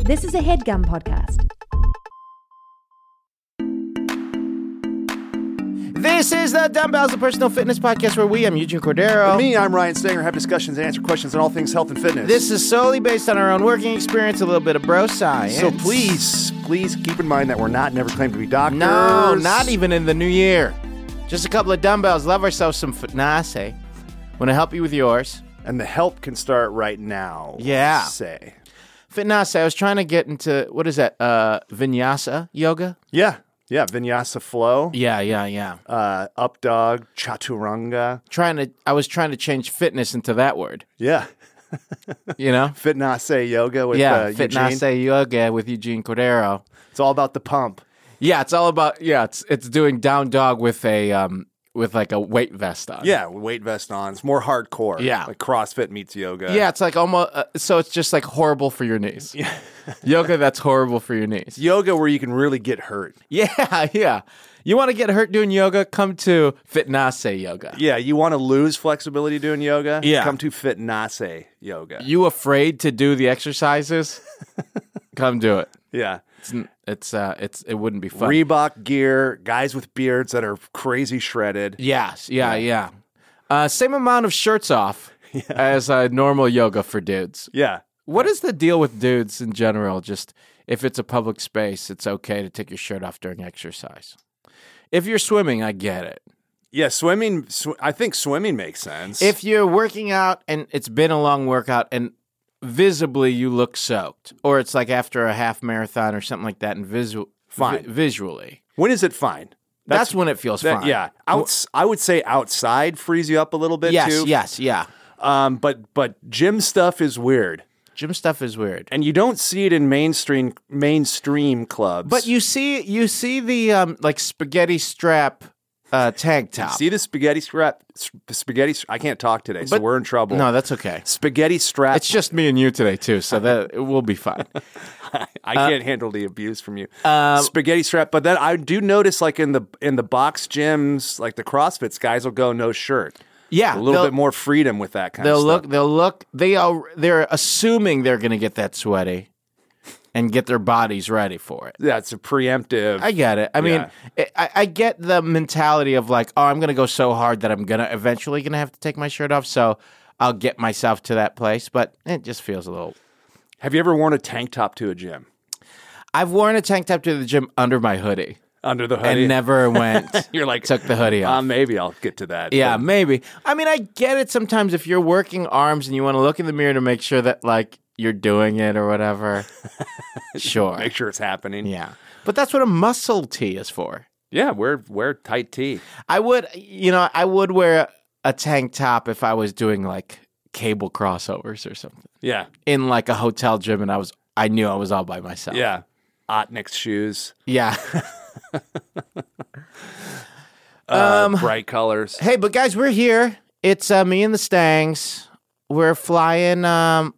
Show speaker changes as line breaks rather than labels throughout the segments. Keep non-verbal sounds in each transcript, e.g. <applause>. This is a headgum podcast.
This is the Dumbbells of Personal Fitness Podcast where we, I'm Eugene Cordero.
Me, I'm Ryan Stanger, have discussions and answer questions on all things health and fitness.
This is solely based on our own working experience, a little bit of bro science.
so please, please keep in mind that we're not never claimed to be doctors.
No, not even in the new year. Just a couple of dumbbells. Love ourselves some fitness. Want to help you with yours.
And the help can start right now.
Yeah.
Say.
Fitness. I was trying to get into what is that? Uh, vinyasa yoga.
Yeah. Yeah. Vinyasa flow,
Yeah, yeah, yeah.
uh, up dog, chaturanga.
Trying to. I was trying to change fitness into that word.
Yeah.
You know.
Fitnase yoga <laughs> with
yeah,
uh, Eugene.
fitness yoga with Eugene Cordero.
It's all about the pump.
Yeah, it's all about yeah, it's it's doing down dog with a um with like a weight vest on.
Yeah, weight vest on. It's more hardcore.
Yeah.
Like CrossFit meets yoga.
Yeah, it's like almost uh, so it's just like horrible for your knees. Yeah. <laughs> Yoga that's horrible for your knees.
Yoga where you can really get hurt.
Yeah, <laughs> yeah. You want to get hurt doing yoga? Come to Fitnase Yoga.
Yeah, you want to lose flexibility doing yoga?
Yeah.
Come to Fitnase yoga.
You afraid to do the <laughs> exercises? Come do it.
Yeah.
It's n- it's uh it's it wouldn't be fun.
Reebok gear, guys with beards that are crazy shredded.
Yes, yeah, yeah. Uh, same amount of shirts <laughs> off as uh, normal yoga for dudes.
Yeah.
What is the deal with dudes in general? Just if it's a public space, it's okay to take your shirt off during exercise. If you're swimming, I get it.
Yeah, swimming sw- I think swimming makes sense.
If you're working out and it's been a long workout and visibly you look soaked, or it's like after a half marathon or something like that, and visu-
Fine.
vi- visually,
when is it fine?
that's, when it feels
that-
fine.
Yeah. Outs- I would say outside frees you up a little bit
Yes,
too.
yes, yeah.
Um but but gym stuff is weird.
Gym stuff is weird.
And you don't see it in mainstream mainstream clubs.
But you see, you see the um, like spaghetti strap uh, tank top.
see the spaghetti strap sp- spaghetti str- I can't talk today, so
But-
we're in trouble.
no, that's okay.
spaghetti strap
It's just me and you today too, so that it will be fine.
I
Uh,
can't handle the abuse from you.
um,
Spaghetti strap, but then I do notice, like in the in the box gyms, like the CrossFit's guys will go no shirt,
<laughs> Yeah,
a little
they'll-
bit more freedom with that kind.
They'll
of
look.
Stuff.
They'll look. They are. They're assuming they're going to get that sweaty, and get their bodies ready for it.
Yeah, it's a preemptive.
I get it. I mean, I, I- I get the mentality of like, oh, I'm going to go so hard that I'm going to eventually going to have to take my shirt off. So I'll get myself to that place. But it just feels a little.
Have you ever worn a tank top to a gym
I've worn a tank top to the gym under my hoodie
under the
and
hoodie?
never <laughs> went.
<laughs> You're like,
took the hoodie off.
uh, maybe I'll get to that.
Yeah,
But
maybe. I mean, I get it sometimes if you're working arms and you want to look in the mirror to make sure that like you're doing it or
<laughs>
whatever. sure.
make sure it's happening.
Yeah. But that's what a muscle tee is for.
yeah, wear wear tight tee.
I would, you know, I would wear a tank top if I was doing like cable crossovers or something
Yeah,
in like a hotel gym and I was I knew I was all by myself.
yeah. Otnick's shoes,
Yeah. <laughs>
uh,
Um,
bright colors.
Hey, but guys, we're here. It's uh, me and the Stangs. We're flying. Um,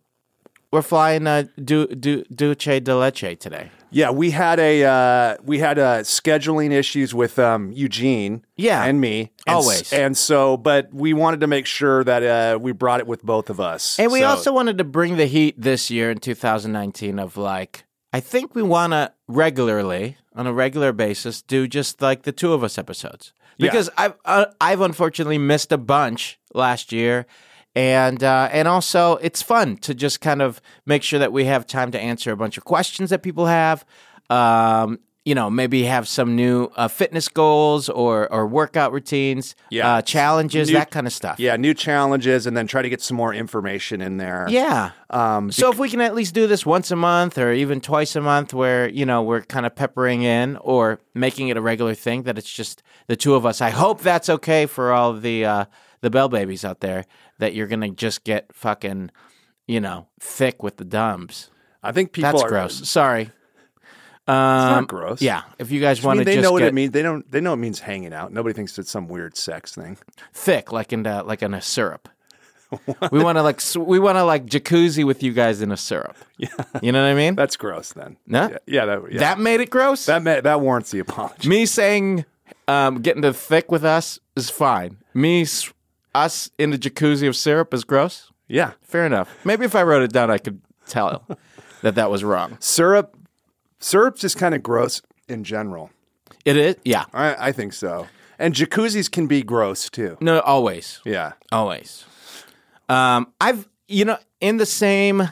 we're flying uh, du- du- Duce de Leche today.
Yeah, we had a uh, we had uh, scheduling issues with um, Eugene,
Yeah.
and me, and s-
Always.
and so, but we wanted to make sure that uh, we brought it with both of us,
And we
So-
also wanted to bring the heat this year in 2019 of like, I think we want to regularly, on a regular basis, do just like the two of us episodes.
Yeah.
Because I've, uh, I've unfortunately missed a bunch last year. And uh, and also, it's fun to just kind of make sure that we have time to answer a bunch of questions that people have. Um, you know, maybe have some new uh, fitness goals or or workout routines,
Yeah.
uh, challenges,
New-
that kind of stuff.
yeah, new challenges, and then try to get some more information in there.
Yeah.
Um,
so if we can at least do this once a month or even twice a month where, you know, we're kind of peppering in or making it a regular thing that it's just the two of us. I hope that's okay for all the uh the bell babies out there that you're going to just get fucking, you know, thick with the dumbs.
I think people
That's
are
gross. Sorry.
It's
Um,
not gross.
Yeah, if you guys
I
want to
mean, they
just
know what
get
it means. They don't. They know it means hanging out. Nobody thinks it's some weird sex thing.
thick like in uh, like in a
<laughs>
syrup. we want to like s- we want to like jacuzzi with you guys in a syrup. Yeah. You know what I mean?
That's gross. Then
No?
yeah, yeah, that, yeah.
That made it gross.
that ma- that warrants the apology.
me saying um, getting to thick with us is fine. Me s- us in the jacuzzi of syrup is gross.
Yeah,
Fair enough. Maybe if I wrote it down, I could tell. that that was wrong.
Syrup, syrup's just kind of gross in general.
It is, yeah.
I, I think so. And jacuzzis can be gross too.
No, always,
Yeah.
always. Um, I've you know in the same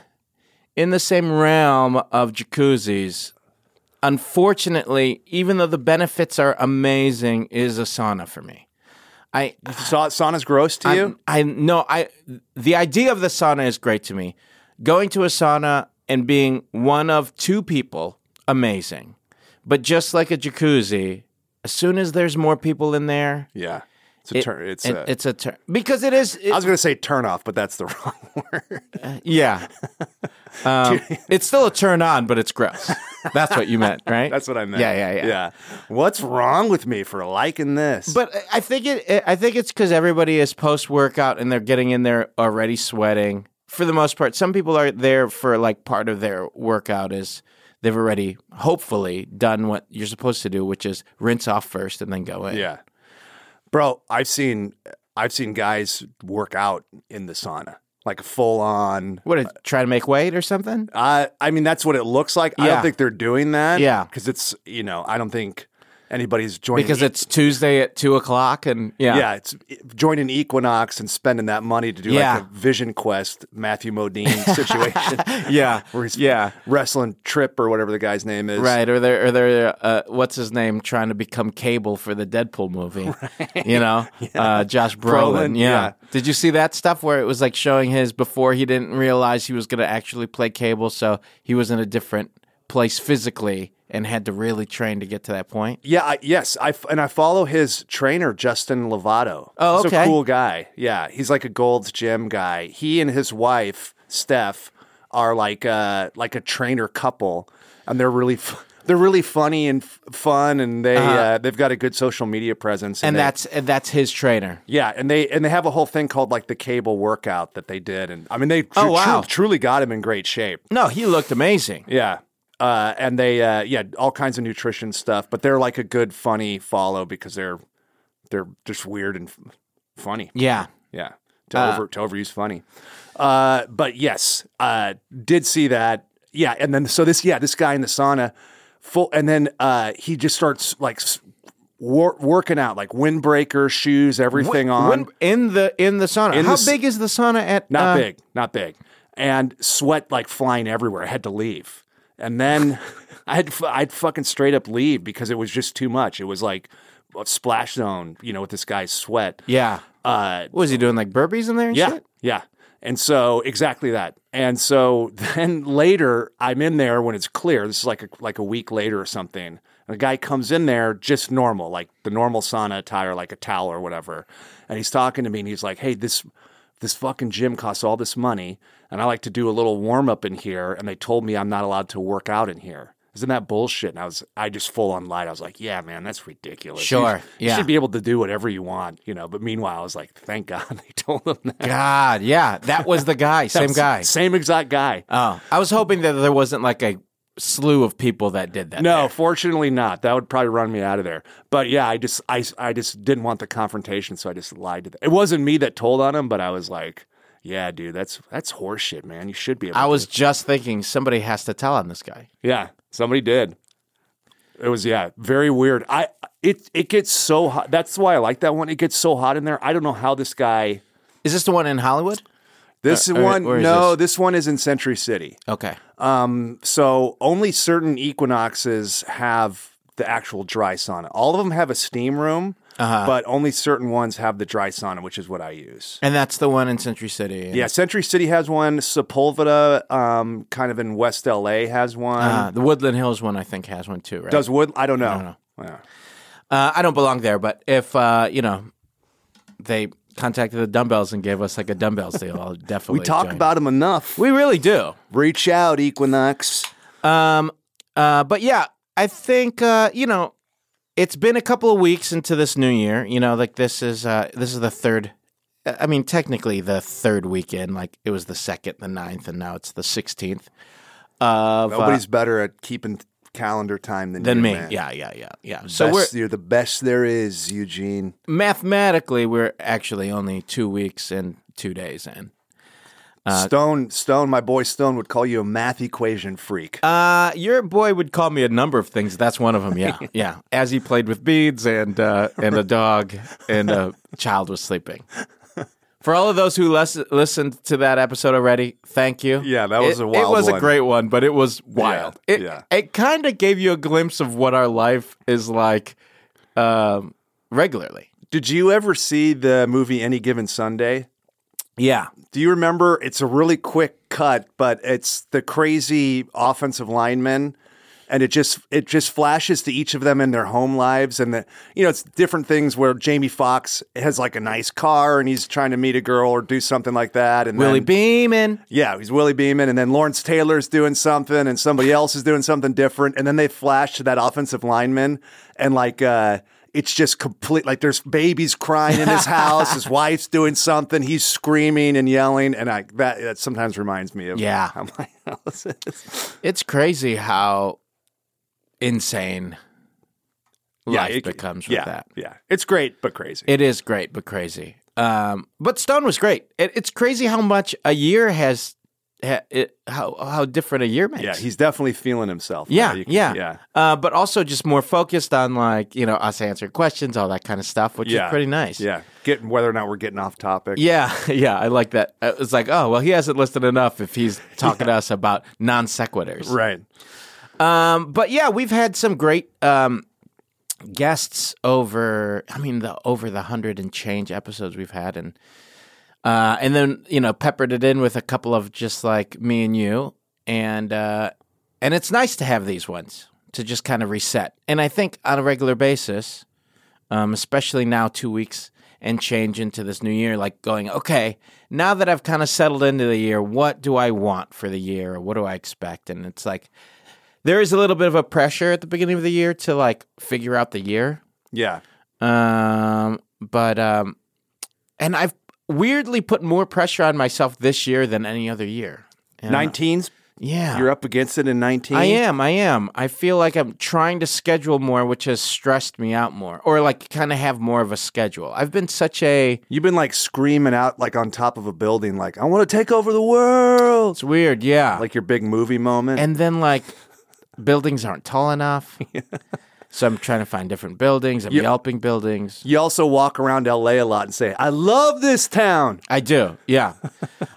in the same realm of jacuzzis. Unfortunately, even though the benefits are amazing, is a sauna for me. I
Sa- sauna's gross to you?
I no, I the idea of the sauna is great to me. Going to a sauna and being one of two people, amazing. But just like a jacuzzi, as soon as there's more people in there,
yeah. It's a turn. It's
it-
a-
it's a turn because it is. it-
I was going to say turn off, but that's the <laughs> wrong word. <laughs>
yeah, um, it's still a turn on, but it's gross. That's what you meant, right?
<laughs> That's what I meant.
Yeah, yeah, yeah.
Yeah. What's wrong with me for liking this?
But I- I think it. I think it's because everybody is post workout and they're getting in there already sweating. For the most part, some people are there for like part of their workout is they've already hopefully done what you're supposed to do, which is rinse off first and then go in.
yeah, bro, I've seen I've seen guys work out in the sauna, like full on.
What? Try to make weight or something?
I I mean, that's what it looks like. I
Yeah.
don't think they're doing that.
Yeah.
because it's you know I don't think anybody's joining
Because it's Tuesday at two o'clock, and yeah,
Yeah, it's joining Equinox and spending that money to do
Yeah.
like a Vision Quest Matthew Modine
<laughs>
situation
yeah,
where he's
yeah.
wrestling Trip or whatever the guy's name is.
Right, or they're, or they're uh, what's his name, trying to become Cable for the Deadpool <laughs> movie. You know, uh, Josh Brolin.
Brolin,
yeah.
yeah.
Did you see that stuff where it was like showing his before he didn't realize he was going to actually play Cable, so he was in a different place physically and had to really train to get to that point?
Yeah, I, yes, I f- and I follow his trainer Justin Lovato.
Oh,
He's
okay.
a cool guy. Yeah, he's like a Gold's Gym guy. He and his wife Steph are like uh like a trainer couple, and they're really f- they're really funny and f- fun, and they uh they've got a good social media presence.
Uh-huh. And
they-
that's and that's his trainer.
yeah, and they and they have a whole thing called like the cable workout that they did, and I mean they tr-
Oh, wow.
tru- truly got him in great shape.
No, he looked amazing.
Yeah. Uh, and they, uh, yeah, all kinds of nutrition stuff, but they're like a good, funny follow because they're they're just weird and f- funny.
Yeah.
Yeah, to over to overuse funny. Uh, but yes, uh, did see that. Yeah, and then so this, yeah, this guy in the sauna, full, and then uh, he just starts like s- wor- working out, like windbreaker shoes, everything on.
When- in the in the sauna.
In
How
the s-
big is the sauna at?
Not
uh,
big, not big. And sweat like flying everywhere. I had to leave.
<laughs>
And then I had to- I'd fucking straight up leave because it was just too much. It was like a splash zone, you know, with this guy's sweat.
Yeah.
Uh,
What was he doing? Like burpees in there? And
yeah.
Shit?
Yeah. And so exactly that. And so <laughs> then later I'm in there when it's clear. This is like a, like a week later or something. And a guy comes in there just normal, like the normal sauna attire, like a towel or whatever. And he's talking to me and he's like, "Hey, this this fucking gym costs all this money, and I like to do a little warm up in here, and they told me I'm not allowed to work out in here." Isn't that bullshit? And I was, I just full on lied. I was like, "Yeah, man, that's ridiculous." You-
Sure.
you
Yeah.
should be able to do whatever you want, you know. But meanwhile, I was like, "Thank God <laughs> they told them that."
God, yeah, that was the
<laughs>
guy, same guy.
Same exact guy.
Oh, I was hoping that there wasn't like a slew of people that did that. <laughs>
No, fortunately not. That would probably run me out of there. But yeah, I just I, I just didn't want the confrontation, so I just lied to them. It wasn't me that told on him, but I was like, "Yeah, dude, that's that's horseshit, man. You should be." Able
I
to-
was just thinking somebody has to tell on this guy.
Yeah, somebody did. It was yeah, very weird. I it it gets so hot. That's why I like that one. It gets so hot in there. I don't know how this guy.
Is this the one in Hollywood?
This
Uh, or-
one,
or is
no, this one is in Century City.
Okay.
So only certain equinoxes have the actual dry sauna. All of them have a steam room,
Uh-huh.
but only certain ones have the dry sauna, which is what I use.
And that's the one in Century City. and-
Yeah, Century City has one. Sepulveda, um, kind of in West LA, has one.
Uh, the Woodland Hills one, I think, has one too, right?
Does Wood? I don't know. Yeah.
Uh, I don't belong there, but if, uh, you know, they contacted the dumbbells and gave us like a dumbbells deal, I'll <laughs> definitely.
We talk
join.
about them enough.
We really do.
Reach out, Equinox.
Um, uh, but yeah, I think uh, you know, it's been a couple of weeks into this new year. You know, like this is uh, this is the third. uh, I mean, technically the third weekend. Like it was the second, the 9th, and now it's the sixteenth. Of uh,
Nobody's better at keeping calendar time than
than
you,
me.
man.
Yeah, yeah, yeah, yeah. So we're
Best- you're the best there is, Eugene.
mathematically we're actually only two weeks and two days in.
Stone, Stone, my boy Stone would call you a math equation freak.
Uh, your boy would call me a number of things. That's one of them. <laughs> Yeah, yeah. As he played with beads and uh, and a dog and a child was sleeping. For all of those who les- listened to that episode already, thank you.
Yeah, that was
It-
a wild
It was a
one.
great one, but it was wild.
Yeah,
it
yeah.
it kind of gave you a glimpse of what our life is like um, regularly.
Did you ever see the movie Any Given Sunday?
Yeah,
Do you remember? It's a really quick cut, but it's the crazy offensive linemen, and it just it just flashes to each of them in their home lives, and the you know it's different things where Jamie Foxx has like a nice car and he's trying to meet a girl or do something like that, and
Willie
then-
Beeman.
yeah, he's Willie Beeman, and then Lawrence Taylor's doing something, and somebody else is doing something different, and then they flash to that offensive lineman, and like uh, it's just complete. Like there's babies crying
<laughs>
in his house, his wife's doing something, he's screaming and yelling, and I that, that sometimes reminds me of
Yeah.
how my house is.
It's crazy how insane life
it-
becomes with
yeah,
that.
Yeah, it's great but crazy.
It is great, but crazy. Um, but Stone was great. It, it's crazy how much a year has, ha, it, how how different a year makes.
yeah, he's definitely feeling himself.
yeah,
now. You can-
yeah,
yeah.
Uh, but also just more focused on like you know us answering questions, all that kind of stuff, which
Yeah.
is pretty nice.
Yeah, getting whether or not we're getting off topic.
Yeah, <laughs> yeah, I like that. Uh, It's like, oh, well, he hasn't listened enough if he's
<laughs>
talking to us about non sequiturs.
Right.
Um, but yeah, we've had some great um, guests over. I mean, the over the hundred and change episodes we've had, and uh, and then you know peppered it in with a couple of just like me and you, and uh, and it's nice to have these ones to just kind of reset. And I think on a regular basis, um, especially now two weeks and change into this new year, like going, okay, now that I've kind of settled into the year, what do I want for the year, or what do I expect? And it's like there is a little bit of a pressure at the beginning of the year to like figure out the year.
Yeah.
Um, but um, and I've weirdly put more pressure on myself this year than any other year. And, uh,
19s.
yeah,
You're up against it in 19.
I am. I am. I feel like I'm trying to schedule more, which has stressed me out more, or like kind of have more of a schedule. I've been such a.
You've been like screaming out like on top of a building, like, I want to take over the world.
It's weird, yeah.
Like your big movie moment.
and then like buildings aren't tall enough,
<laughs>
so I'm trying to find different buildings. I'm yelping buildings.
you also walk around LA a lot and say, I love this town.
I do.
<laughs>
Yeah.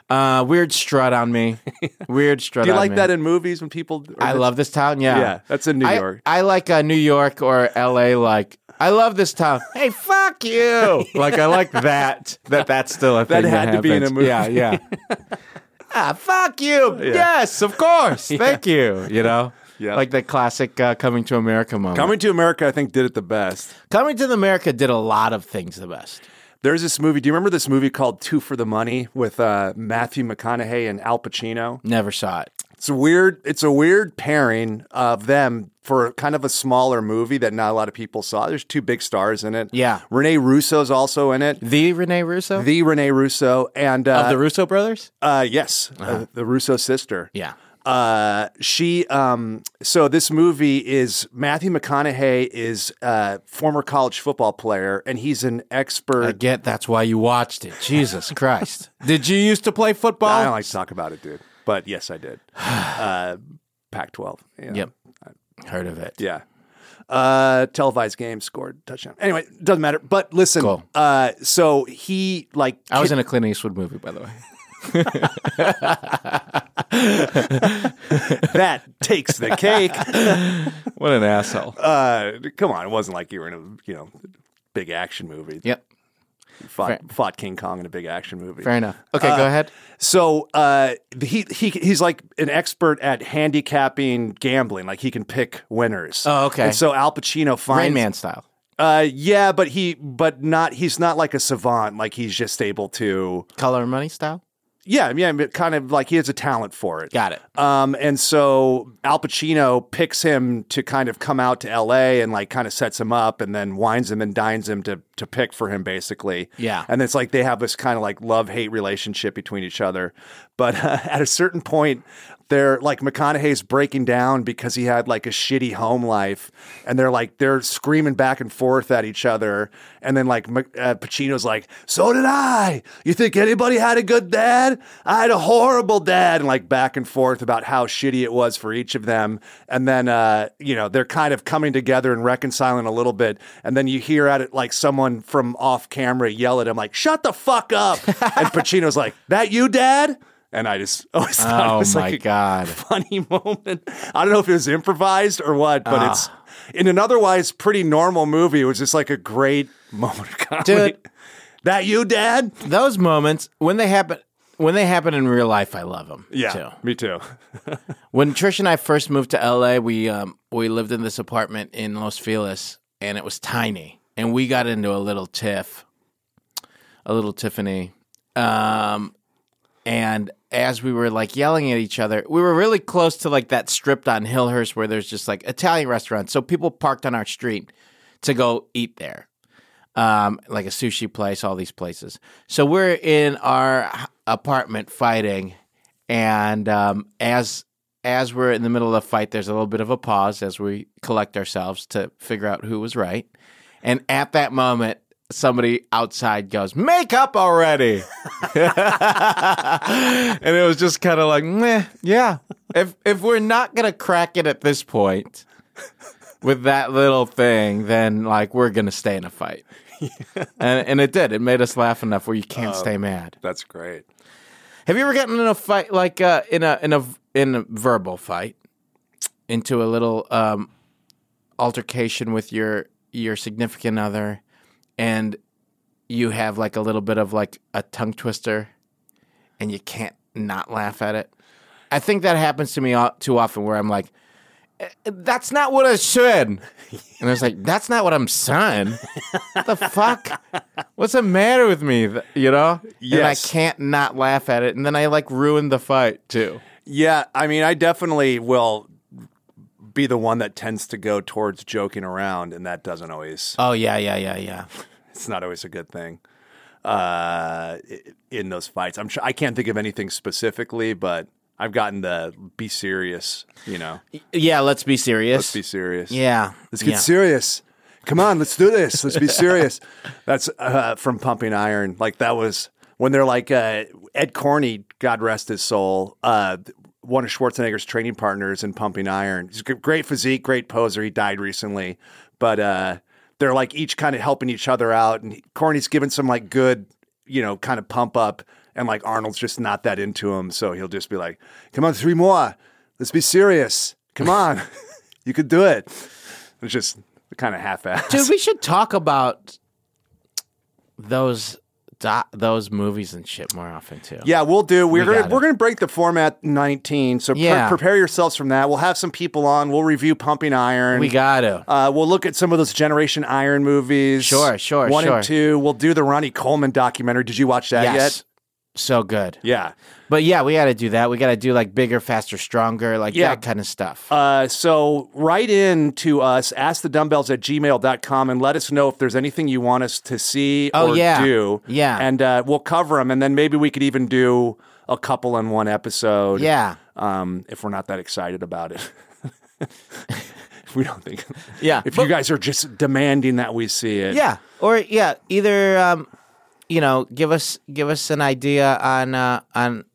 uh, weird strut on me. Weird strut.
Do you
on
like
me.
that in movies when people
I love this town. Yeah.
Yeah, that's in New
I-
York.
I like uh, New York or L.A. Like I love this
<laughs>
town. hey, fuck you. Like I like that. That that's still a thing.
had to be in a
happens.
movie.
Yeah.
<laughs>
Yeah. ah, fuck you. Yes, of
<laughs>
course. Thank you. You know.
Yeah.
Like the classic uh, "Coming to America" moment.
Coming to America, I think, did it the best.
Coming to America did a lot of things the best.
There's this movie. Do you remember this movie called Two for the Money with uh, Matthew McConaughey and Al Pacino?
Never saw it.
It's a weird. It's a weird pairing of them for kind of a smaller movie that not a lot of people saw. There's two big stars in it.
Yeah.
Renee Russo's also in it.
The Rene Russo
the Rene Russo and uh,
of the Russo brothers.
uh, yes, uh, the Russo sister.
Yeah.
Uh, she. Um, so this movie is Matthew McConaughey is a former college football player, and he's an expert.
I get that's why you watched it. Jesus Christ. Did you used to play football?
I don't like to talk about it, dude. But yes,
<sighs>
I did. uh, Pac-12. you know.
Yep. Heard of it.
Yeah. Uh, televised game scored touchdown. Anyway, doesn't matter. But listen,
Cool.
uh, so he like
I was in a Clint Eastwood movie, by the way.
that takes
<laughs>
the cake.
<laughs> What an asshole.
Uh, come on, it wasn't like you were in a you know big action movie.
<laughs> Yep.
fought,
Fair-
fought King Kong in a big action movie.
Fair enough. Okay, go ahead.
So uh, he he he's like an expert at handicapping gambling. Like he can pick winners.
Oh, okay.
And so Al Pacino
Rain
finds
Man style.
Uh, yeah, but he but not he's not like a savant. Like he's just able to.
Color and money style?
Yeah, yeah, but kind of like he has a talent for it.
Got it.
Um, and so Al Pacino picks him to kind of come out to L.A. and like kind of sets him up, and then wines him and dines him to to pick for him, basically.
Yeah.
And it's like <laughs> they have this kind of like love hate relationship between each other, but uh, at a certain point, They're like McConaughey's breaking down because he had like a shitty home life, and they're like they're screaming back and forth at each other, and then like Mc- uh, Pacino's like, "So did I. You think anybody had a good dad? I had a horrible dad," and like back and forth about how shitty it was for each of them, and then uh, you know they're kind of coming together and reconciling a little bit, and then you hear at it like someone from off camera yell at him like, "Shut the fuck
<laughs>
up," and Pacino's like, "That you, dad?" And I just <laughs> always
<laughs>
thought it
Oh
was
my
like a
God.
<laughs> funny moment. I don't know if it was improvised or what, but it's
Ah.
in an otherwise pretty normal movie. It was just like a great moment of comedy.
Dude.
That you, Dad?
Those moments when they happen when they happen in real life, I love them.
Yeah,
too.
me too.
When Trish and I first moved to LA, we um, we lived in this apartment in Los Feliz, and it was tiny, and we got into a little tiff, a little Tiffany, um, and as we were like yelling at each other, we were really close to like that stripped on Hillhurst where there's just like Italian restaurants, so people parked on our street to go eat there, um, like a sushi place, all these places. So we're in our h- apartment fighting, and um, as as we're in the middle of the fight, there's a little bit of a pause as we collect ourselves to figure out who was right. And at that moment, somebody outside goes, "Make up already," <laughs> and it was just kind of like, Meh, "Yeah, if if we're not gonna crack it at this point." With that little thing, then like we're gonna stay in a fight, and and it did. It made us laugh enough where you can't stay mad.
That's great.
Have you ever gotten in a fight like uh, in a in a in a verbal fight into a little um, altercation with your your significant other, and you have like a little bit of like a tongue twister, and you can't not laugh at it? I think that happens to me o- too often, where I'm like, "Eh, "That's not what I said," and I was like, "That's not what I'm saying." what the fuck? What's the matter with me? Th- You know? And I
Yes.
can't not laugh at it. And then I like ruined the fight too.
Yeah, I mean, I definitely will be the one that tends to go towards joking around, and that doesn't always,
Oh yeah, yeah, yeah, yeah.
it's not always a good thing uh, i- in those fights. I'm sure I can't think of anything specifically, but I've gotten the be serious, you know,
Yeah, let's be serious.
let's be serious.
Yeah.
Let's get
yeah.
serious. Come on, let's do this. Let's be serious. <laughs> That's uh, from Pumping Iron. Like that was when they're like uh, Ed Corney, God rest his soul. Uh, one of Schwarzenegger's training partners in Pumping Iron. He's a great physique, great poser. He died recently, but uh, they're like each kind of helping each other out. And Corney's given some like good, you know, kind of pump up, and like Arnold's just not that into him, so he'll just be like, "Come on, three more. Let's be serious. Come on, you could do it." It's just kind of half-assed.
Dude, we should talk about those do- those movies and shit more often too.
<laughs> yeah, we'll do. We're
got
gonna
it.
we're gonna break the format 19. So pre-
Yeah.
prepare yourselves from that. We'll have some people on. We'll review Pumping Iron.
We gotta.
Uh, we'll look at some of those Generation Iron movies.
Sure, sure,
One
sure.
and two. We'll do the Ronnie Coleman documentary. Did you watch that
yes. So good.
yet? Yeah.
But yeah, we gotta do that. We gotta do like bigger, faster, stronger, like
Yeah.
that kind of stuff.
Uh, so write in to us, askthedumbbells at gmail.com, and let us know if there's anything you want us to see
Oh,
or
yeah.
do.
Yeah.
And uh, we'll cover them, and then maybe we could even do a couple in one episode.
yeah.
um, if we're not that excited about it. <laughs> we don't think.
Yeah,
If you guys are just demanding that we see it.
Yeah, or yeah, either um, you know, give us give us an idea on uh, on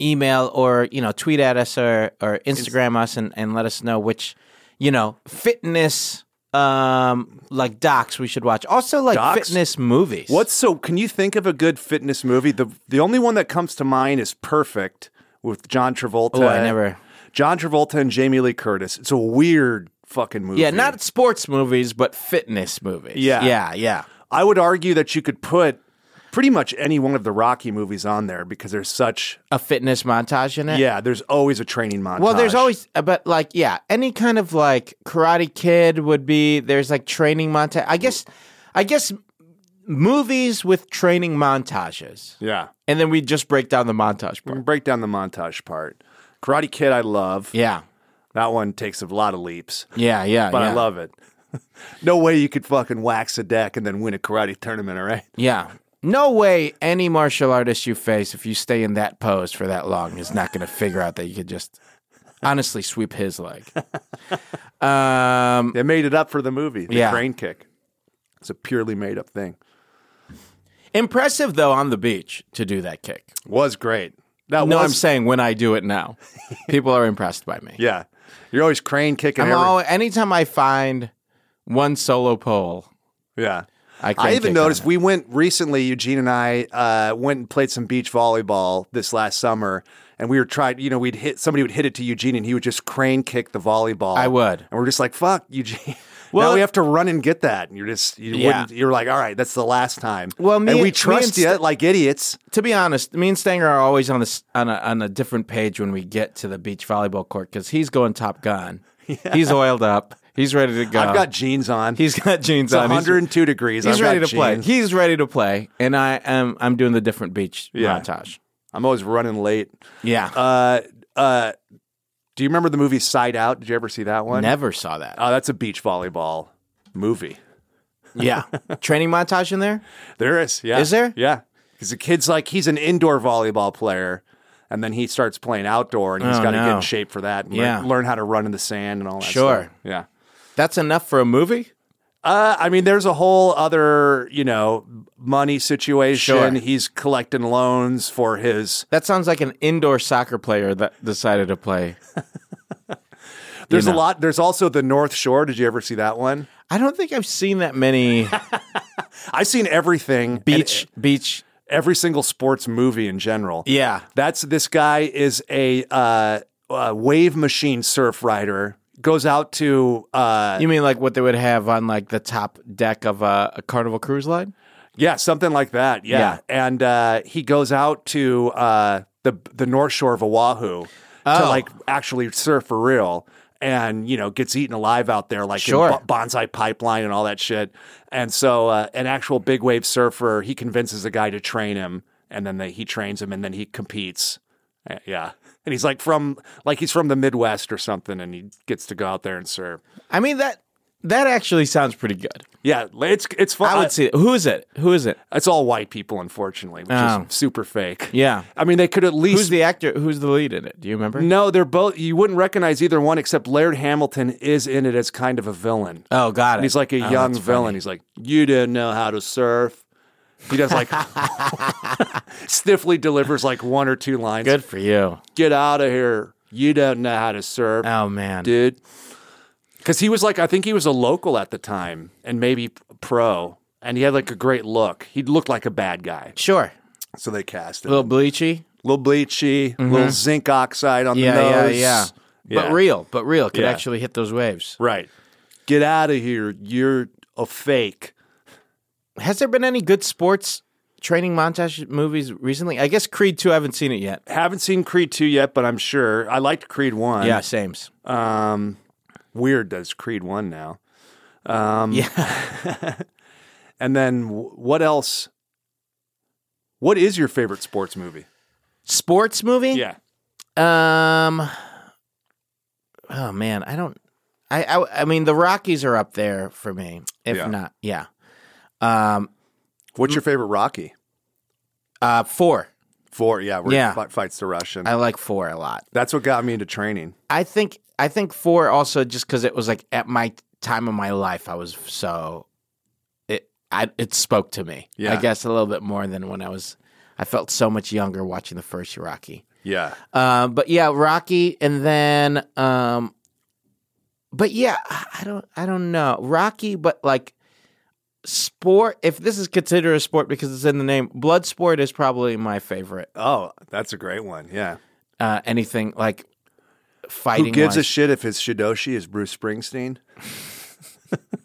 email or you know, tweet at us or or Instagram us and and let us know which you know fitness um like docs we should watch. Also like
Docs?
fitness movies.
What's so? Can you think of a good fitness movie? The the only one that comes to mind is Perfect with John Travolta.
Oh, I never-
John Travolta and Jamie Lee Curtis. It's a weird fucking movie.
yeah, not sports movies, but fitness movies.
Yeah.
yeah, yeah.
I would argue that you could put pretty much any one of the Rocky movies on there because there's such.
A fitness montage in it.
Yeah, there's always a training montage.
Well, there's always, uh, but like, yeah, any kind of like Karate Kid would be. There's like training montage. I guess, I guess, movies with training montages,
Yeah.
and then we just break down the montage part.
Break down the montage part. Karate Kid, I love.
Yeah,
That one takes a lot of leaps,
yeah, yeah.
but I
yeah.
love it. <laughs> no way you could fucking wax a deck and then win a karate tournament, all right?
Yeah, no way any martial artist you face if you stay in that pose for that long is not going to figure out that you could just honestly sweep his
<laughs>
leg. Um,
They made it up for the movie, the
Yeah.
crane kick. It's a purely made up thing.
impressive though on the beach to do that kick.
Was great. That
No,
was
I'm saying when I do it now, people are impressed by me.
yeah. You're always crane kicking.
I'm
every-
all, anytime I find one solo pole,
yeah.
I can
I even noticed we went recently. Eugene and I uh, went and played some beach volleyball this last summer, and we were trying. You know, we'd hit somebody would hit it to Eugene, and he would just crane kick the volleyball.
I would.
and we're just like, "Fuck, Eugene." <laughs> now
Well-
we have to run and get that, and you're just you
Yeah.
wouldn't. You're like, "All right, that's the last time."
Well, me-
and
me
we
and
trust you
Sta-
like idiots.
to be honest, me and Stanger are always on a s- on a, on a different page when we get to the beach volleyball court because he's going Top
<laughs>
Gun. He's oiled up. He's ready to go.
I've got jeans on.
he's got jeans
it's
on. He's-
102 degrees.
He's
I've
ready
got
to play.
jeans.
He's ready to play, and I am. I'm doing the different beach
Yeah.
montage.
I'm always running late.
Yeah,
Uh, uh, do you remember the movie Side Out? Did you ever see that one?
never saw that.
Oh, that's a beach volleyball movie. <laughs>
yeah, training montage in there.
There is, yeah.
Is there?
Yeah. Because the kid's like, he's an indoor volleyball player. And then he starts playing outdoor and he's
Oh,
got to get
no.
in shape for that. And
Yeah.
Learn, learn how to run in the sand and all that
Sure.
stuff. Yeah.
That's enough for a movie.
Uh, I mean, there's a whole other, you know, money situation.
Sure.
He's collecting loans for his.
That sounds like an indoor soccer player that decided to play.
There's a
know.
lot. There's also the North Shore. Did you ever see that one?
I don't think I've seen that many
I've seen everything. and
beach beach.
every single sports movie in general.
Yeah,
That's this guy is a uh, uh, wave machine surf rider. Goes out to uh,
You mean like what they would have on like the top deck of a, a Carnival cruise line?
yeah, something like that. Yeah,
Yeah.
and uh, he goes out to uh, the the North Shore of Oahu to
Oh.
like actually surf for real. And you know gets eaten alive out there, like
Sure.
in Bo- bonsai pipeline and all that shit. And so, uh, an actual big wave surfer, he convinces the guy to train him, and then they, he trains him, and then he competes. Uh, Yeah, and he's like from like he's from the Midwest or something, and he gets to go out there and surf.
I mean that that actually sounds pretty good.
Yeah, it's it's fun.
I would see it. Who is it? Who is it?
It's all white people, unfortunately, which
Oh.
is super fake.
Yeah.
I mean, they could at least.
Who's the actor? Who's the lead in it? Do you remember?
no, they're both. You wouldn't recognize either one, except Laird Hamilton is in it as kind of a villain.
Oh, got it.
And he's like a
Oh,
young
that's
villain. He's like, you didn't know how to surf. He does
<laughs>
like stiffly delivers like one or two lines.
Good for you.
Get out of here. You don't know how to surf,
Oh man.
dude. Because he was like, I think he was a local at the time and maybe pro. And he had like a great look. He looked like a bad guy.
Sure.
So they cast
A
him.
little bleachy.
little bleachy, little zinc oxide on
Mm-hmm. Yeah,
the
yeah,
nose.
yeah. But
Yeah.
real, but real could
Yeah.
actually hit those waves.
Right. Get out of here. You're a fake.
Has there been any good sports training montage movies recently? I guess Creed 2 I haven't seen it yet.
Haven't seen Creed 2 yet, but I'm sure. I liked Creed 1.
Yeah, same's.
Um, weird that it's Creed 1 now. Um,
yeah.
<laughs> And then wh- what else? What is your favorite sports movie?
Sports movie?
Yeah.
Um. Oh man, I don't. I I, I mean, the Rockies are up there for me. If
Yeah.
not, yeah. Um.
What's your favorite Rocky?
Uh. Four.
Four, yeah, where
Yeah.
he fi- fights the Russian.
I like four a lot.
That's what got me into training.
I think. I think four also just because it was like at my time of my life, I was so. It. I. It spoke to me.
Yeah.
I guess a little bit more than when I was. I felt so much younger watching the first Rocky.
Yeah.
Um, but yeah, Rocky, and then, um, but yeah, I I don't, I don't know, Rocky, but like sport. If this is considered a sport because it's in the name, blood sport is probably my favorite.
Oh, that's a great one. Yeah.
Uh, anything like
Who
fighting?
gives a
wise.
shit if his Shidoshi is Bruce Springsteen? <laughs>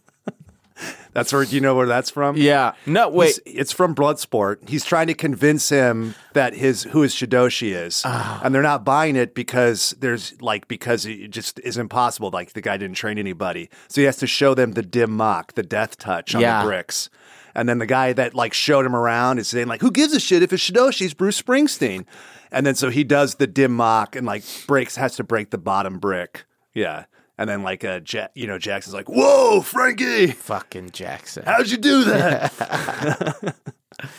that's where you know where that's from.
yeah, no, wait,
He's- it's from Bloodsport. He's trying to convince him that his who his Shidoshi is,
Ah.
and they're not buying it because there's like because it just is impossible. Like the guy didn't train anybody, so he has to show them the dim mock, the death touch on
Yeah.
the bricks. And then the guy that like showed him around is saying like, "Who gives a shit if his Shidoshi is Bruce Springsteen?" And then so he does the dim mock and like breaks has to break the bottom brick. Yeah. And then like uh, ja- you know Jackson's like, "Whoa, Frankie!"
fucking Jackson.
How'd you do that?
<laughs>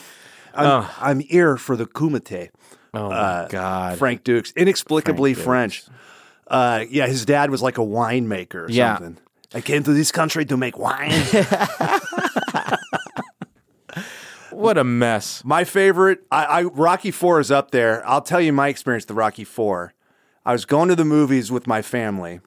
I'm, I'm here for the kumite.
Oh my god,
Frank Dukes, inexplicably
Frank Dukes.
French. Uh, yeah, his dad was like a winemaker or
Yeah.
something. I came to this country to make wine. <laughs>
What a mess.
My favorite, I, I Rocky Four is up there. I'll tell you my experience with the Rocky Four. I was going to the movies with my family,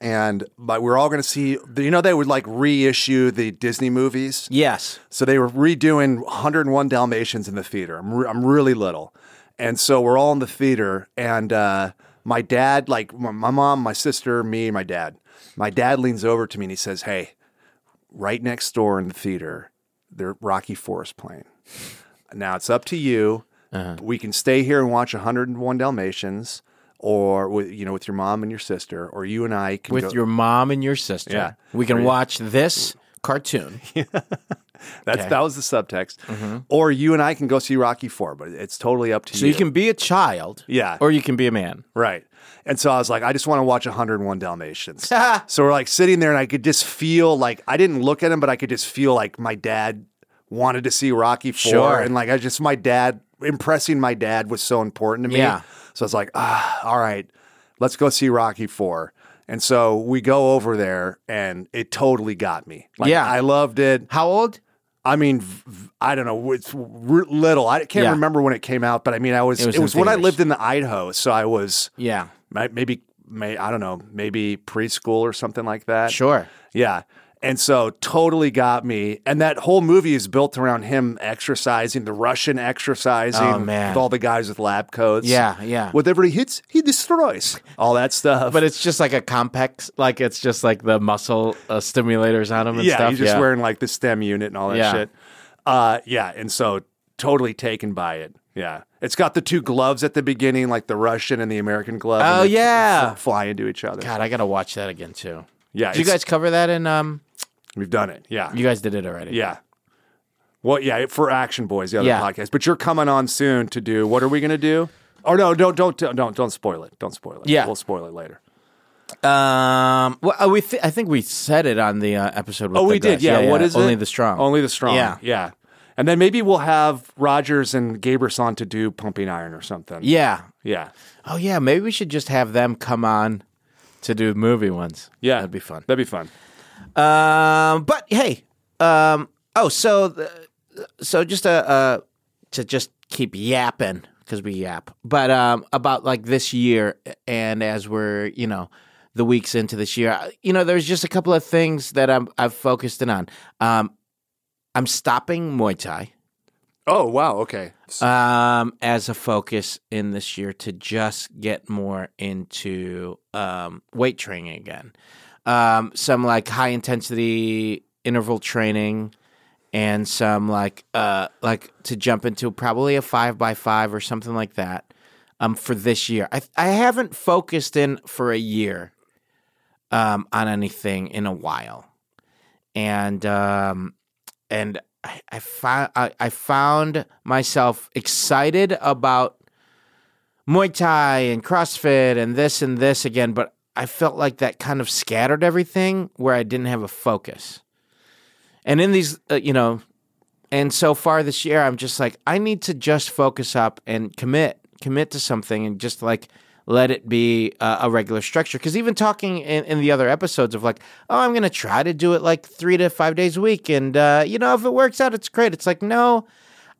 and but we are all going to see. You know, they would like reissue the Disney movies,
Yes.
so they were redoing 101 Dalmatians in the theater. I'm re- I'm really little, and so we're all in the theater, and uh, my dad, like my, my mom, my sister, me, my dad. My dad leans over to me and he says, "Hey, right next door in the theater, they're Rocky Forest playing. Now it's up to you.
Uh-huh.
We can stay here and watch 101 Dalmatians, or with you know with your mom and your sister, or you and I can
With
go.
your mom and your sister.
Yeah.
We can watch this
<laughs>
cartoon.
that's that was the subtext. Or you and I can go see Rocky Four, but it's totally up to
Mm-hmm. So
you.
you can be a child.
Yeah.
Or you can be a
<laughs>
man.
Right. And so I was like, I just want to watch
<laughs>
101 Dalmatians. so we're like sitting there, and I could just feel like I didn't look at him, but I could just feel like my dad wanted to see Rocky Four,
Sure.
and like I just my dad impressing my dad was so important to me.
Yeah.
So I was like, ah, all right, let's go see Rocky Four. And so we go over there, and it totally got me. Like,
Yeah.
I loved it.
How old?
I mean, v- v- I don't know. It's r- little. I can't
Yeah.
remember when it came out, but I mean, I was
It
it
was
was,
in
when I
theaters.
lived in the Idaho, so I was
Yeah.
mi- maybe may I don't know, maybe preschool or something like that.
Sure.
Yeah. And so totally got me. And that whole movie is built around him exercising, the Russian exercising
Oh, man.
with all the guys with lab coats.
Yeah, yeah.
Whatever he hits, he destroys. All that stuff.
But it's just like a compact, like it's just like the muscle uh, stimulators on him and
<laughs> yeah,
stuff.
he's just wearing like the STEM unit and all that
Yeah.
shit. Uh, yeah, and so totally taken by it. Yeah, it's got the two gloves at the beginning, like the Russian and the American glove. and
Oh,
they f-
yeah.
f- fly into each other.
God, I gotta watch that again too.
Yeah,
Did you guys
it's-
cover that in? Um,
we've done it. Yeah,
you guys did it already.
yeah. Well, yeah, for Action Boys, the other
Yeah.
podcast. But you're coming on soon to do. What are we going to do? Oh no! Don't don't don't don't spoil it. Don't spoil it.
Yeah.
we'll spoil it later.
Um. Well, uh, we th- I think we said it on the uh, episode. With
Oh,
the
we did.
guys.
Yeah. What is it?
Only the strong.
Only the strong.
Yeah.
Yeah. Yeah. And then maybe we'll have Rogers and Gaberson to do pumping iron or something.
Yeah.
Yeah.
Oh yeah. Maybe we should just have them come on to do movie ones.
Yeah.
that'd be fun.
That'd be fun.
Um. But hey. Um. Oh, so the, so just uh, uh to just keep yapping because we yap, but um about like this year and as we're you know the weeks into this year, I- you know there's just a couple of things that I'm I've focused in on. Um, I'm stopping Muay Thai
Oh, wow. Okay.
um, as a focus in this year to just get more into um, weight training again. Um, some like high intensity interval training and some like uh, like to jump into probably a five by five or something like that um, for this year. I, I haven't focused in for a year um, on anything in a while. And um, and I, I found I, I found myself excited about Muay Thai and CrossFit and this and this again, but I felt like that kind of scattered everything where I didn't have a focus. And in these, uh, you know, and so far this year, I'm just like I need to just focus up and commit, commit to something, and just like let it be a, a regular structure. Because even talking in, in the other episodes of like, oh, I'm gonna try to do it like three to five days a week, and uh, you know, if it works out, it's great. It's like no.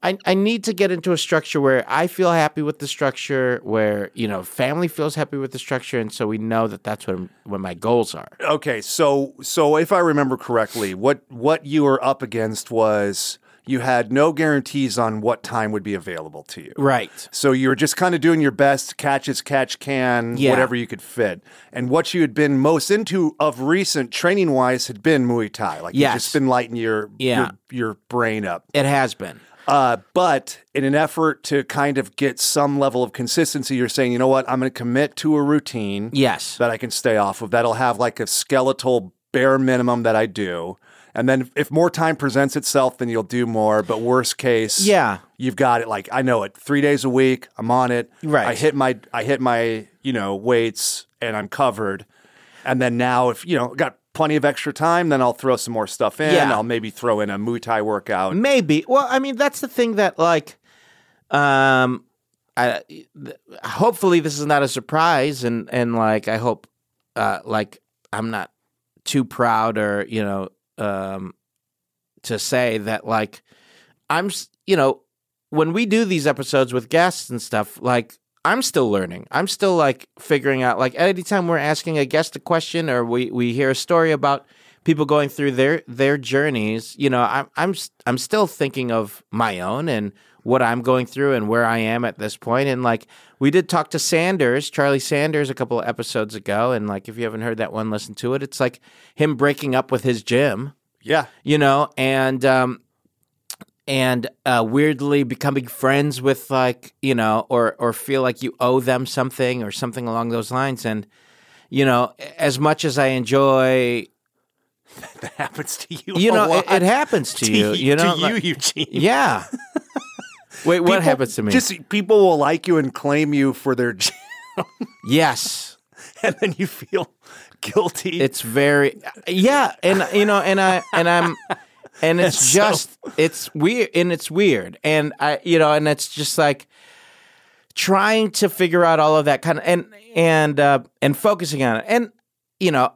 I, I need to get into a structure where I feel happy with the structure, where you know family feels happy with the structure, and so we know that that's what what my goals are.
Okay. So, so if I remember correctly, what, what you were up against was you had no guarantees on what time would be available to you.
Right.
So you were just kind of doing your best, catch as catch can,
Yeah.
whatever you could fit. And what you had been most into of recent training wise had been Muay Thai. Like
Yes.
you've just been lighting your,
Yeah.
your your brain up.
It has been.
Uh, but in an effort to kind of get some level of consistency, you're saying, you know what, I'm going to commit to a routine
Yes.
that I can stay off of. That'll have like a skeletal bare minimum that I do. And then if more time presents itself, then you'll do more. But worst case,
Yeah.
you've got it. Like I know it. Three days a week, I'm on it.
Right.
I hit my I hit my you know weights and I'm covered. And then now, if you know, got plenty of extra time, then I'll throw some more stuff in.
Yeah. Mm.
I'll maybe throw in a Muay Thai workout.
Maybe. Well, I mean, that's the thing that like, um, I, th- hopefully this is not a surprise, and and like I hope, uh, like I'm not too proud or you know, um, to say that like I'm s- you know when we do these episodes with guests and stuff like. I'm still learning. I'm still like figuring out like anytime we're asking a guest a question or we, we hear a story about people going through their their journeys you know i'm i'm s- i'm still thinking of my own and what i'm going through and where i am at this point and like we did talk to sanders charlie sanders a couple of episodes ago and like if you haven't heard that one listen to it it's like him breaking up with his gym
Yeah. <laughs>
you know and um and uh weirdly becoming friends with like you know or or feel like you owe them something or something along those lines and you know as much as i enjoy
That happens to you.
you
a
know, it,
lot.
it
<laughs>
happens to, you. You know,
to
like-
you, <laughs> Eugene.
yeah. Wait, what
People-
happens to me?
Just people will like you and claim you for their, <laughs> gym,
yes,
and then you feel <laughs> guilty.
it's very yeah, and you know, and I and I'm and it's
so-
just it's weird and it's weird, and I you know, and it's just like trying to figure out all of that kind of and and uh, and focusing on it, and you know.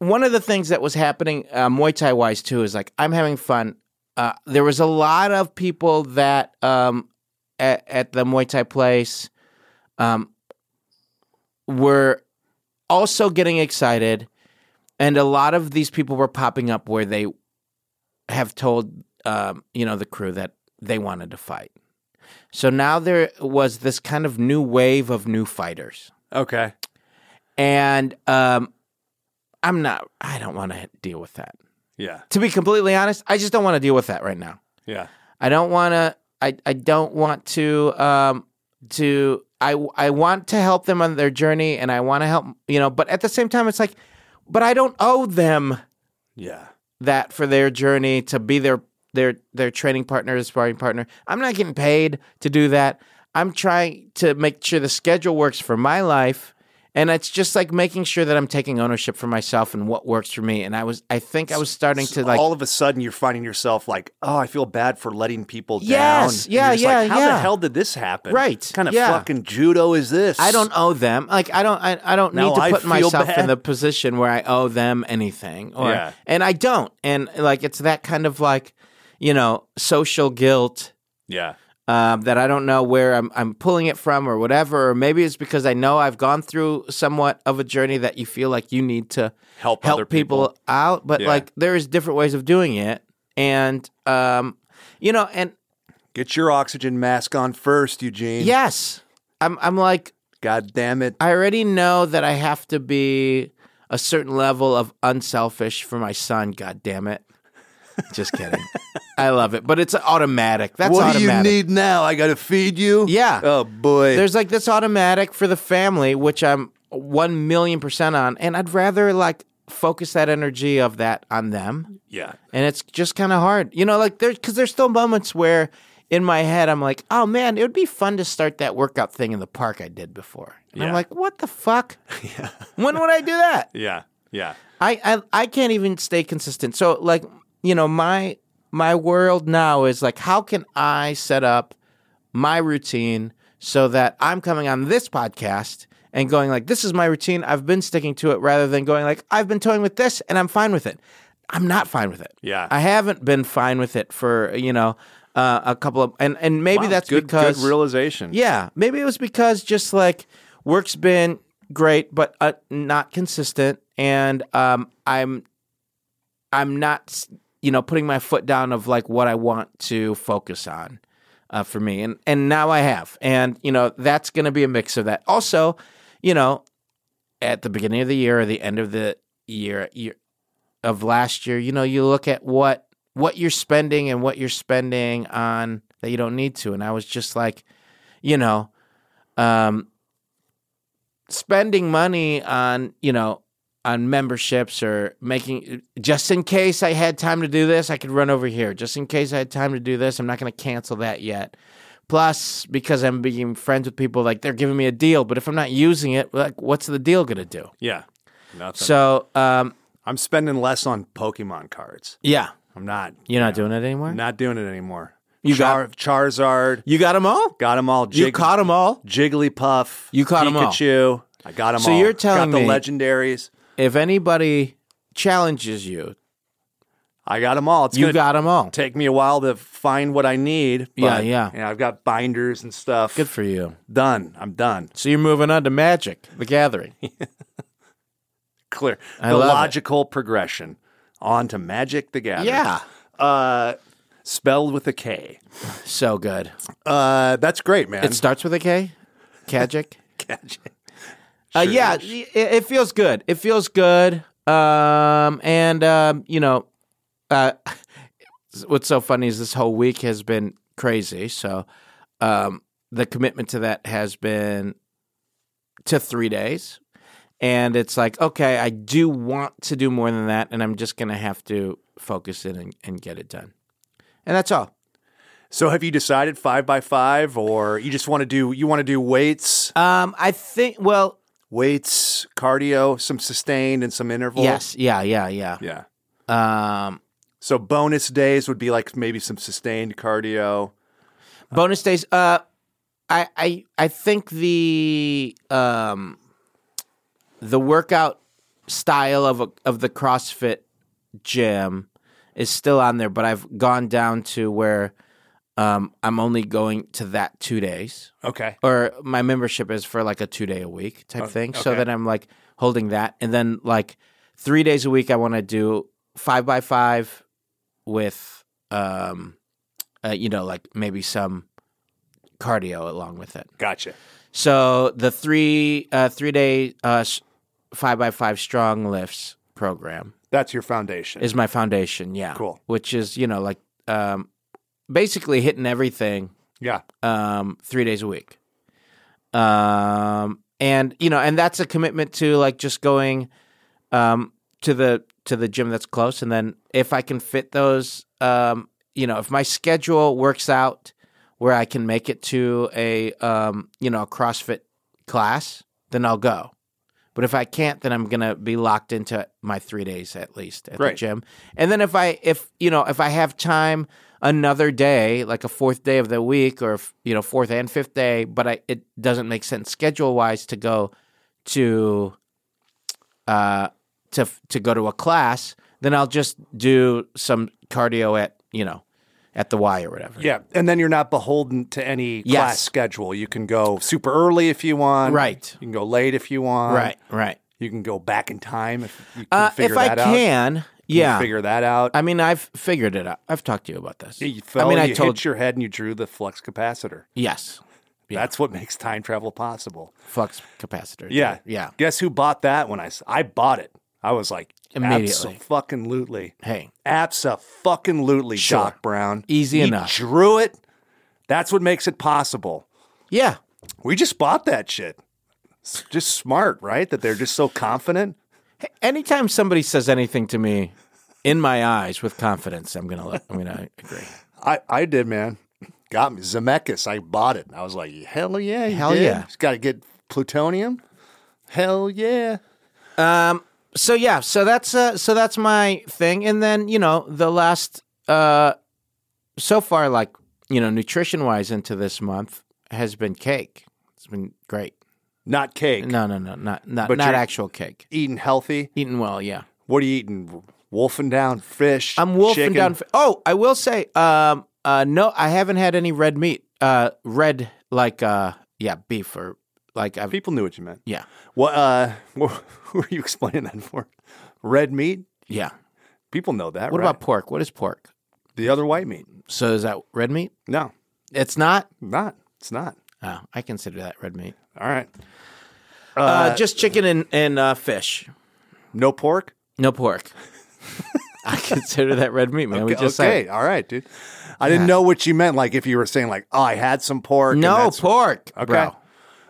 One of the things that was happening uh, Muay Thai wise too is like I'm having fun. Uh, there was a lot of people that um, at, at the Muay Thai place um, were also getting excited, and a lot of these people were popping up where they have told um, you know the crew that they wanted to fight. So now there was this kind of new wave of new fighters,
okay.
and um, I'm not. I don't want to deal with that.
Yeah.
To be completely honest, I just don't want to deal with that right now.
Yeah.
I don't want to. I, I don't want to. Um, to I I want to help them on their journey, and I want to help you know. But at the same time, it's like, but I don't owe them
Yeah.
that for their journey to be their their their training partner, their sparring partner. I'm not getting paid to do that. I'm trying to make sure the schedule works for my life. And it's just like making sure that I'm taking ownership for myself and what works for me. And I was, I think I was starting to like
all of a sudden you're finding yourself like, oh, I feel bad for letting people
Yes,
down. And
yeah,
you're just
yeah,
like, How the
yeah.
hell did this happen?
Right,
What kind of
yeah.
fucking judo is this?
I don't owe them. Like I don't. I, I don't
No,
need to
I
put
feel
myself
bad.
in the position where I owe them anything. Or
Yeah.
and I don't. And like it's that kind of like, you know, social guilt
Yeah.
um, that I don't know where I'm. I'm pulling it from or whatever. Or maybe it's because I know I've gone through somewhat of a journey that you feel like you need to
Help
help
other
people.
people.
out. But
Yeah.
like there is different ways of doing it. And um, you know, and
Get your oxygen mask on first, Eugene.
yes, I'm. I'm like
God damn it.
I already know that I have to be a certain level of unselfish for my son. God damn it! Just kidding.
<laughs>
I love it, but it's automatic. That's
what
automatic.
do you need now? I gotta feed you?
Yeah.
Oh boy.
There's like this automatic for the family, which I'm one million percent on, and I'd rather like focus that energy of that on them,
yeah.
and it's just kind of hard, you know. Like there's because there's still moments where in my head I'm like, oh man, it would be fun to start that workout thing in the park I did before, and I'm
Yeah.
like, what the
<laughs>
fuck? When would I do that?
Yeah. Yeah.
I, I I can't even stay consistent. So like you know my my world now is like how can I set up my routine so that I'm coming on this podcast and going like this is my routine. I've been sticking to it rather than going like I've been toying with this and I'm fine with it. I'm not fine with it.
Yeah.
I haven't been fine with it for you know uh, a couple of and and maybe
Wow,
that's
good,
because
good realization.
yeah, maybe it was because just like work's been great, but uh, not consistent, and um, I'm I'm not you know putting my foot down of like what I want to focus on uh, for me, and and now I have, and you know that's going to be a mix of that. Also, you know, at the beginning of the year or the end of the year, year of last year, you know, you look at what what you're spending and what you're spending on that you don't need to, and I was just like you know, um, spending money on, you know, on memberships or making just in case I had time to do this, I could run over here. Just in case I had time to do this, I'm not going to cancel that yet. Plus, because I'm being friends with people, like they're giving me a deal, but if I'm not using it, like what's the deal going to do?
Yeah. Nothing.
So, um,
I'm spending less on Pokemon cards.
yeah,
I'm not
you're not doing it anymore.
not doing it anymore.
You
Char-
got
Charizard.
you got them all.
Got them all.
You caught them all.
Jigglypuff.
You caught 'em all.
Pikachu. I got them
So
all.
you're
got
telling
the
me-
legendaries.
If anybody challenges you,
I got them all. It's
you
gonna
got them all.
take me a while to find what I need. But,
Yeah, yeah.
You know, I've got binders and stuff.
Good for you.
Done. I'm done.
So you're moving on to Magic: The Gathering.
Clear.
I
the
love it.
logical progression on to Magic the Gathering.
yeah,
Uh, spelled with a K.
so good.
Uh, that's great, man.
It starts with a K. Kajic.
<laughs> Magic.
uh, yeah, it, it feels good. It feels good. Um, and um, you know, uh, <laughs> what's so funny is this whole week has been crazy. So, um, the commitment to that has been to three days, and it's like, okay, I do want to do more than that, and I'm just gonna have to focus in and, and get it done, and that's all.
So have you decided five by five, or you just want to do you want to do weights,
Um, I think. Well,
weights, cardio, some sustained, and some intervals?
yes, yeah, yeah, yeah.
Yeah.
Um,
So bonus days would be like maybe some sustained cardio.
bonus days uh i i i think the um the workout style of a, of the crossfit gym is still on there but i've gone down to where um i'm only going to that two days
Okay.
or my membership is for like a two day a week type thing so
Oh, okay.
that i'm like holding that and then like three days a week i want to do five by five with um uh, you know like maybe some cardio along with it
Gotcha.
so the three uh three day uh s- five by five strong lifts program
That's your foundation.
is my foundation yeah
Cool.
which is you know like um basically hitting everything
yeah.
um, three days a week. Um, and you know, and that's a commitment to like just going um, to the to the gym that's close, and then if I can fit those, um, you know, if my schedule works out where I can make it to a um, you know a CrossFit class, then I'll go. But if I can't, then I'm gonna be locked into my three days at least at
Great.
the gym. And then if I if you know if I have time another day, like a fourth day of the week, or if, you know fourth and fifth day, but I, it doesn't make sense schedule wise to go to uh to to go to a class, then I'll just do some cardio at you know at the Y or whatever.
Yeah. And then you're not beholden to any
Yes.
class schedule. You can go super early if you want.
Right.
You can go late if you want.
Right. Right.
You can go back in time if you can
Uh,
figure
if I
that out.
can,
You can
yeah.
Figure that out.
I mean, I've figured it out. I've talked to you about this.
You fell,
I mean, I
you
told
hit your head and you drew the flux capacitor.
yes, Yeah.
That's what makes time travel possible.
flux capacitor.
Yeah.
yeah.
Guess who bought that when I s- I bought it? I was like
Immediately.
fucking lootly.
Hey,
Absa fucking lootly,
Sure.
Doc Brown.
Easy
You
enough.
Drew it. That's what makes it possible.
yeah,
We just bought that shit. It's just smart, right? That they're just so confident.
anytime somebody says anything to me in my eyes with confidence, I'm gonna let, I'm gonna agree.
I, I did, man. Got me. Zemeckis, I bought it. I was like, hell yeah. you
Hell
did.
yeah.
It's got to get plutonium. Hell yeah.
Um. So yeah. So that's uh. So that's my thing. And then you know the last uh, so far like you know nutrition wise into this month has been cake. It's been great.
Not cake.
No, no, no, not not
But
not
you're-
actual cake.
Eating healthy.
Eating well, yeah.
What are you eating? Wolfing down fish.
I'm wolfing
chicken?
down. f- Oh, I will say, um, uh, no, I haven't had any red meat. Uh, red like uh, yeah, beef or like I've
People knew what you meant.
yeah,
What? Uh, <laughs> what, who are you explaining that for? Red meat.
yeah.
People know that.
What
right?
about pork? What is pork?
the other white meat?
So is that red meat?
No,
It's not.
not. It's not.
Oh, I consider that red meat.
All right.
Uh, just chicken and and uh, fish.
No pork.
No pork. <laughs> I consider that red meat, man. we just
okay.
said
All right, dude. I didn't know what you meant. Like if you were saying like, oh, I had some pork. and
no
that's-
pork.
Okay.
bro.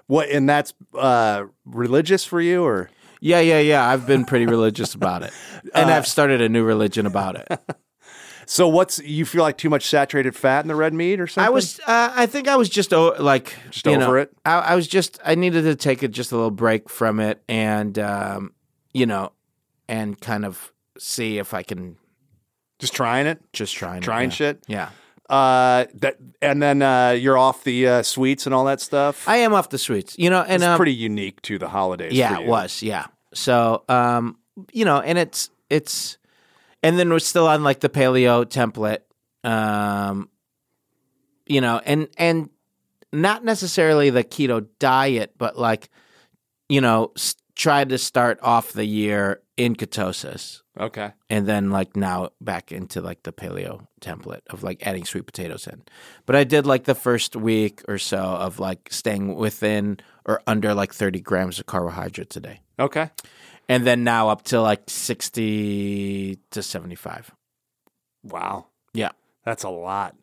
What? And that's uh, religious for you, or
Yeah, yeah, yeah. I've been pretty religious about <laughs> it, and I've started a new religion about it.
so? What's you feel like too much saturated fat in the red meat, or something?
I was. Uh, I think I was just o- like
Just
you know,
over it?
I, I was just. I needed to take a, just a little break from it, and um, you know, and kind of see if I can
just trying it,
just try and
trying
yeah.
shit.
Yeah,
Uh, that and then uh, you're off the uh, sweets and all that stuff.
I am off the sweets, you know, and
it's
um,
pretty unique to the holidays.
yeah,
for
it
you.
was, yeah. So, um, you know, and it's it's, and then we're still on like the paleo template, um, you know, and and not necessarily the keto diet, but like, you know, s- tried to start off the year in ketosis.
Okay.
and then like now back into like the paleo template of like adding sweet potatoes in. But I did like the first week or so of like staying within or under like 30 grams of carbohydrates a day.
Okay.
And then now up to like 60 to 75.
Wow.
Yeah.
That's a lot.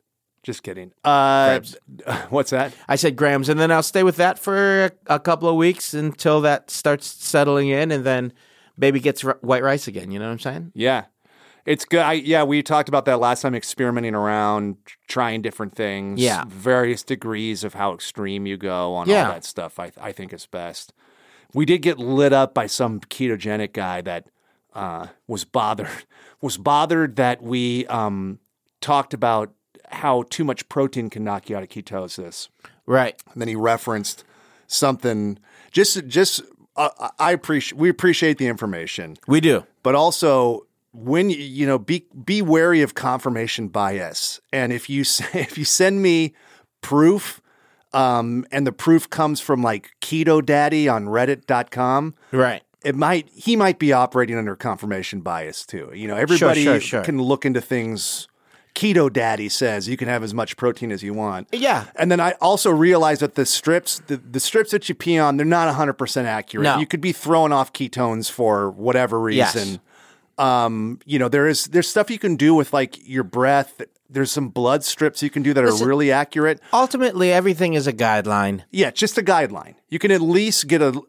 Just kidding. Uh,
Crabs.
<laughs> what's that?
I said grams and then I'll stay with that for a, a couple of weeks until that starts settling in and then baby gets r- white rice again, you know what I'm saying?
Yeah. It's good. I, yeah, we talked about that last time experimenting around, tr- trying different things.
Yeah.
Various degrees of how extreme you go on
Yeah.
all that stuff, I, I think is best. We did get lit up by some ketogenic guy that uh, was bothered <laughs> was bothered that we um, talked about how too much protein can knock you out of ketosis.
Right.
And then he referenced something. Just, just uh, I- I appreciate. We appreciate the information
We do.
but also when you- you know be be wary of confirmation bias and if you <laughs> s- if you send me proof um, and the proof comes from like keto daddy on reddit.com
Right.
it might he might be operating under confirmation bias too you know everybody
sure, sure.
can look into things keto daddy says you can have as much protein as you want
Yeah.
and then I also realized that the strips, the, the strips that you pee on, they're not 100% accurate.
No.
You could be throwing off ketones for whatever
Yes.
reason. Um, you know, there is there's stuff you can do with like your breath. There's some blood strips you can do that are really accurate.
Ultimately everything is a guideline.
Yeah, just a guideline. You can at least get a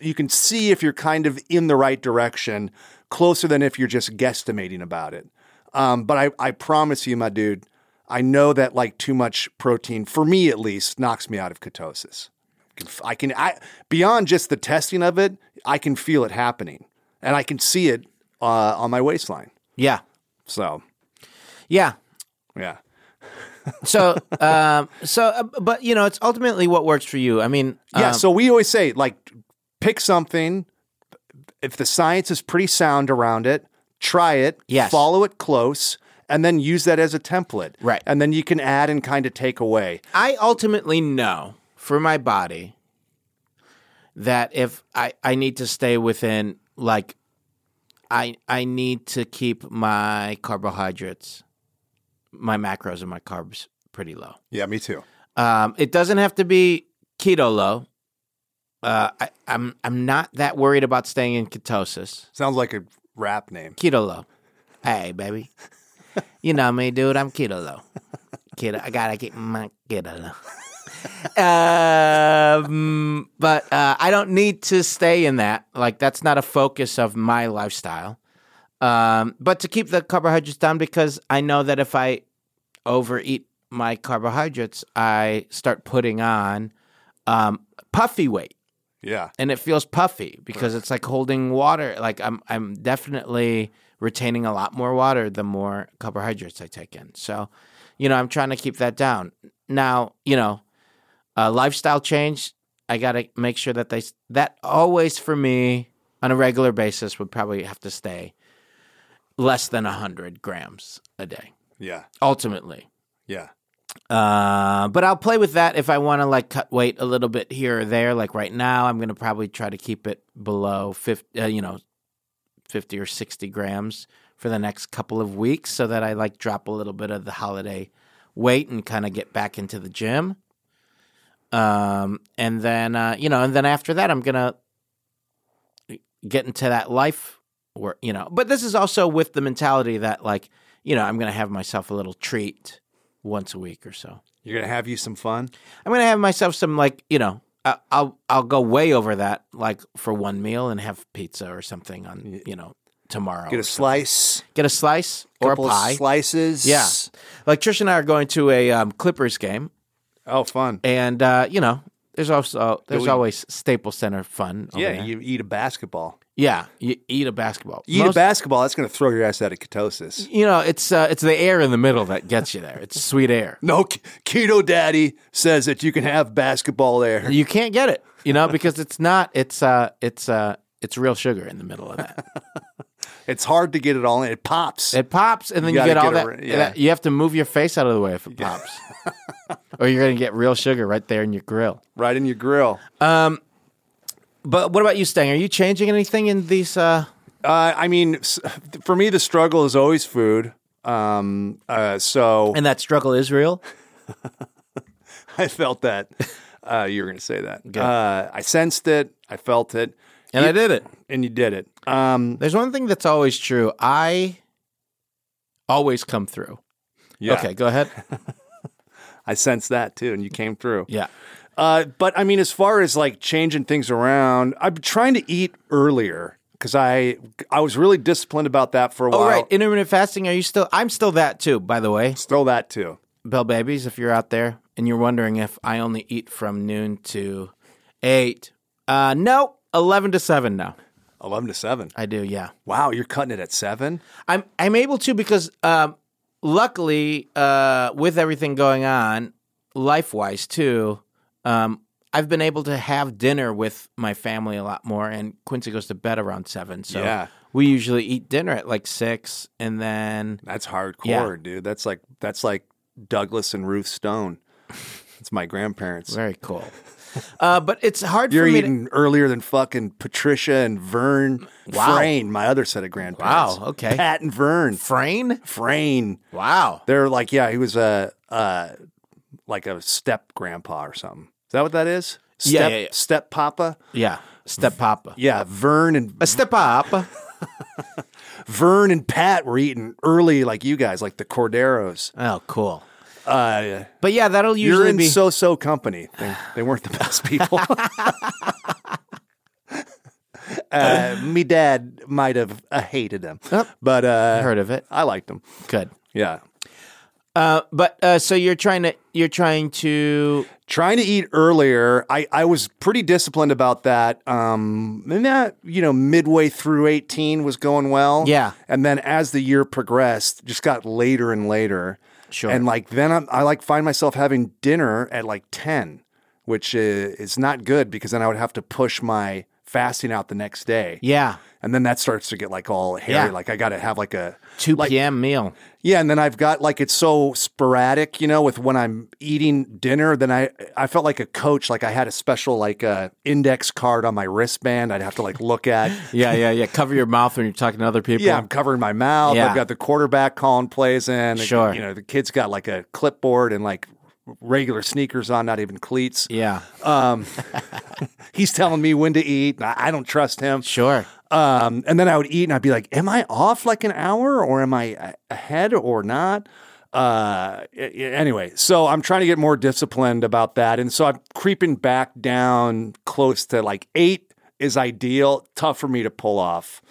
you can see if you're kind of in the right direction closer than if you're just guesstimating about it. Um, but I, I promise you, my dude, I know that like too much protein for me at least knocks me out of ketosis. I can I beyond just the testing of it, I can feel it happening and I can see it uh, on my waistline.
Yeah.
So
Yeah.
yeah,
So, um, so, uh, but you know, it's ultimately what works for you. I mean,
Yeah,
um,
so we always say like pick something if the science is pretty sound around it, try it,
Yes.
follow it close and then use that as a template.
Right.
And then you can add and kind of take away.
I ultimately know for my body that if I, I need to stay within, like, I, I need to keep my carbohydrates, my macros and my carbs pretty low.
Yeah, me too.
Um, it doesn't have to be keto low. Uh, I, I'm, I'm not that worried about staying in ketosis.
Sounds like a rap name.
keto low. Hey, baby. You know me, dude. I'm keto low. Keto. I gotta keep my keto low. um, but uh, I don't need to stay in that. Like that's not a focus of my lifestyle. Um, but to keep the carbohydrates down because I know that if I overeat my carbohydrates, I start putting on um, puffy weight
Yeah.
and it feels puffy because it's like holding water. Like I'm I'm definitely retaining a lot more water the more carbohydrates I take in. So, you know, I'm trying to keep that down. Now, you know, uh, lifestyle change. I got to make sure that they that always for me on a regular basis would probably have to stay less than hundred grams a day
Yeah.
ultimately.
Yeah.
Uh, but I'll play with that if I want to like cut weight a little bit here or there. Like right now, I'm gonna probably try to keep it below fifty, uh, you know, fifty or sixty grams for the next couple of weeks, so that I like drop a little bit of the holiday weight and kind of get back into the gym. Um, and then uh, you know, and then after that, I'm gonna get into that life where you know. But this is also with the mentality that like you know, I'm gonna have myself a little treat once a week or so.
You're going to have you some fun?
I'm gonna have myself some like you know I- I'll I'll go way over that like for one meal and have pizza or something on you know tomorrow.
Get a slice
Get a slice or a
couple
pie.
slices.
yeah, like Trish and I are going to a um, Clippers game,
Oh, fun.
and uh, you know There's also there's
we-
always Staples Center fun. over
Yeah,
there.
you eat a basketball.
yeah. You eat a basketball.
You eat a
Most-
basketball, that's going to throw your ass out of ketosis.
You know, it's uh, it's the air in the middle that gets you there. It's sweet air.
No, K- Keto Daddy says that you can have basketball there.
You can't get it, you know, because it's not. It's uh, it's uh, it's real sugar in the middle of that.
It's hard to get it all in. It pops.
It pops, and then you,
gotta
get all
get
that,
a re- yeah.
that- You have to move your face out of the way if it pops, or you're gonna get real sugar right there in your grill.
right in your grill.
Um, But what about you, Stang? Are you changing anything in these? Uh,
Uh, I mean, s- for me, the struggle is always food. Um, uh, so
and that struggle is real.
<laughs> I felt that uh, you were going to say that. Uh, I sensed it. I felt it.
And I did it.
And you did it. Um,
There's one thing that's always true. I always come through.
yeah,
Okay, go ahead.
I sensed that too, and you came through.
<laughs> Yeah.
Uh, but I mean, as far as like changing things around, I'm trying to eat earlier because I I was really disciplined about that for a
Oh
while.
right, intermittent fasting. Are you still? I'm still that too. By the way,
Throw that too.
Bell Babies, if you're out there and you're wondering if I only eat from noon to eight, uh, no, eleven to seven. No,
Eleven to seven.
I do. Yeah,
Wow, you're cutting it at seven.
I'm I'm able to because um, luckily uh, with everything going on, life wise too, um, I've been able to have dinner with my family a lot more. And Quincy goes to bed around seven, so
Yeah.
we usually eat dinner at like six, and then
That's hardcore,
Yeah.
dude. That's like that's like Douglas and Ruth Stone. That's my grandparents.
very cool. <laughs> Uh, but it's hard
You're
for me to
eating earlier than fucking Patricia and Vern
Wow.
Frayne, my other set of grandparents.
Wow, okay.
Pat and Vern
Frayne?
Frayne.
Wow.
They're like, yeah, he was a, a like a step grandpa or something. Is that what that is? Step,
Yeah, yeah, yeah.
Step papa.
Yeah. Step papa.
Yeah, Vern and
A step up.
Vern and Pat were eating early like you guys, like the Corderos.
Oh, cool.
Uh,
But yeah, that'll
you're
usually
in
be
so-so company. They, they weren't the
<laughs>
best people. uh, me dad might have uh, hated them, but uh,
heard of it.
I liked them.
Good.
Yeah,
Uh, but uh, so you're trying to you're trying to
trying to eat earlier. I, I was pretty disciplined about that. Um, and that you know midway through eighteen was going well.
Yeah.
and then as the year progressed, just got later and later.
Sure.
And like then I'm, I like find myself having dinner at like ten, which is, is not good because then I would have to push my fasting out the next day.
yeah
And then that starts to get like all hairy.
Yeah.
Like I got to have like a
two
Like-
p.m. meal.
yeah, and then I've got like it's so sporadic, you know, with when I'm eating dinner. Then I I felt like a coach, like I had a special like uh, index card on my wristband. I'd have to like look at.
Yeah, yeah, yeah. Cover your mouth when you're talking to other people.
Yeah, I'm covering my mouth.
Yeah.
I've got the quarterback calling plays in.
Sure.
you know the kid's got like a clipboard and like regular sneakers on, not even cleats.
yeah.
He's telling me when to eat. and I, I don't trust him.
Sure.
Um, and then I would eat and I'd be like, am I off like an hour or am I a- ahead or not? Uh, a- a- anyway, so I'm trying to get more disciplined about that. And so I'm creeping back down close to like eight is ideal. Tough for me to pull off.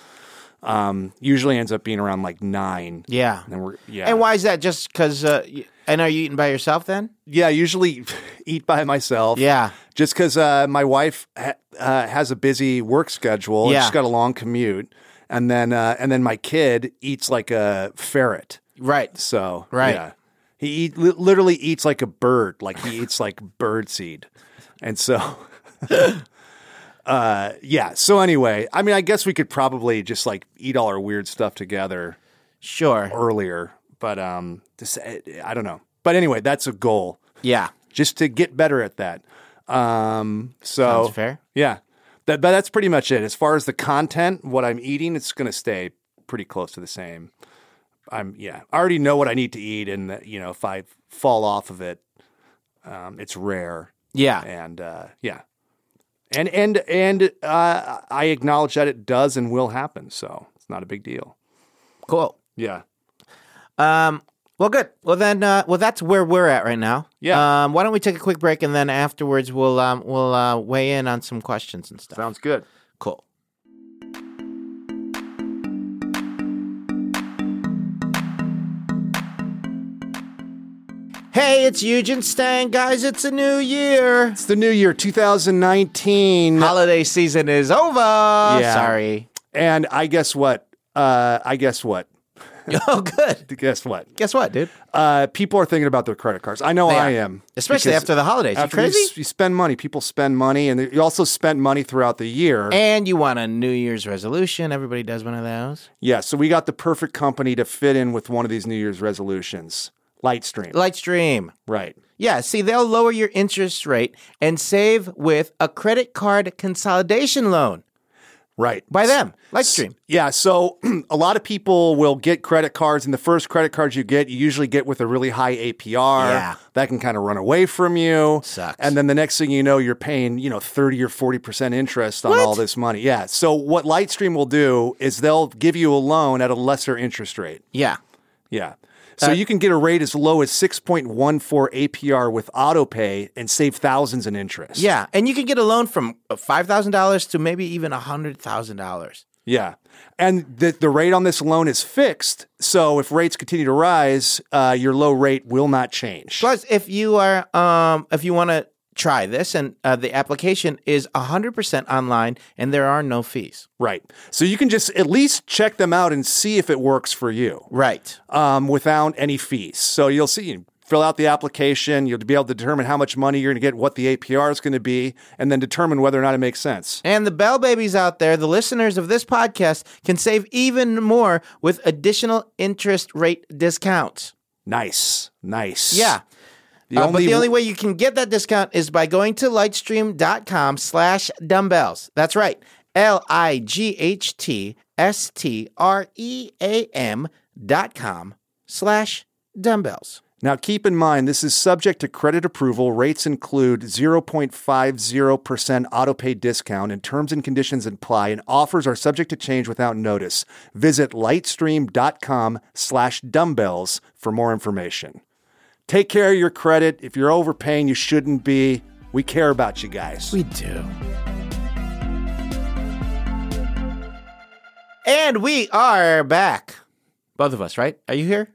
Um, usually ends up being around like nine.
Yeah.
And then we're, yeah.
And why is that? Just because? Uh, y- and are you eating by yourself then?
yeah, I usually <laughs> eat by myself.
Yeah.
Just because uh, my wife ha- uh, has a busy work schedule, and
Yeah.
she's got a long commute, and then uh, and then my kid eats like a ferret.
Right.
So
Right.
yeah. he eat, li- literally eats like a bird. Like he eats like <laughs> bird seed, and so. <laughs> Uh yeah. So anyway, I mean, I guess we could probably just like eat all our weird stuff together
Sure.
earlier, but um, this, I don't know. But anyway, that's a goal
Yeah.
just to get better at that. Um, so
Sounds fair.
Yeah, that, but that's pretty much it. As far as the content, what I'm eating, it's going to stay pretty close to the same. I'm yeah, I already know what I need to eat, and that, you know if I fall off of it, um, it's rare,
Yeah.
and uh, yeah, and and and uh, I acknowledge that it does and will happen, so it's not a big deal.
Cool.
Yeah,
Um, well, good. Well, then, uh, well, that's where we're at right now.
Yeah.
Um, why don't we take a quick break and then afterwards we'll um, we'll uh, weigh in on some questions and stuff.
sounds good.
cool. Hey, it's Eugen Stang, guys. It's a new year.
It's the new year, 2019.
Holiday season is over. Sorry.
And I guess what? Uh, I guess what?
<laughs> Oh, good.
Guess what?
Guess what, dude?
Uh, people are thinking about their credit cards. I know Oh, I
are.
am.
Especially
because
after the holidays. You
after you
crazy?
s- You, spend money. People spend money, and you also spend money throughout the year.
And you want a New Year's resolution. Everybody does one of those.
yeah, so we got the perfect company to fit in with one of these New Year's resolutions. Lightstream.
Lightstream.
right.
Yeah, see, they'll lower your interest rate and save with a credit card consolidation loan
Right.
by them. Lightstream.
Yeah, so <clears throat> a lot of people will get credit cards, and the first credit cards you get, you usually get with a really high APR.
Yeah.
That can kind of run away from you.
Sucks.
And then the next thing you know, you're paying, you know, 30 or 40% interest on all this money. Yeah. So what Lightstream will do is they'll give you a loan at a lesser interest rate.
Yeah.
Yeah. So you can get a rate as low as 6.14 APR with autopay and save thousands in interest.
Yeah. And you can get a loan from uh, $5,000 to maybe even $100,000.
Yeah. And the, the rate on this loan is fixed. So if rates continue to rise, uh, your low rate will not change.
Plus, if you are, um, if you want to try this, and uh, the application is 100% online and there are no fees.
Right. So you can just at least check them out and see if it works for you
Right.
um, without any fees. So you'll see, you fill out the application, you'll be able to determine how much money you're going to get, what the APR is going to be, and then determine whether or not it makes sense.
And the Bell Babies out there, the listeners of this podcast, can save even more with additional interest rate discounts.
Nice. Nice.
Yeah.
The
Uh,
only,
but the only way you can get that discount is by going to lightstream.com slash dumbbells. That's right. L-I-G-H-T-S-T-R-E-A-M E dot com slash dumbbells.
Now, keep in mind, this is subject to credit approval. Rates include 0.50% autopay discount, and terms and conditions apply, and offers are subject to change without notice. Visit lightstream.com slash dumbbells for more information. Take care of your credit. If you're overpaying, you shouldn't be. We care about you guys.
We do. And we are back. Both of us, right? Are you here?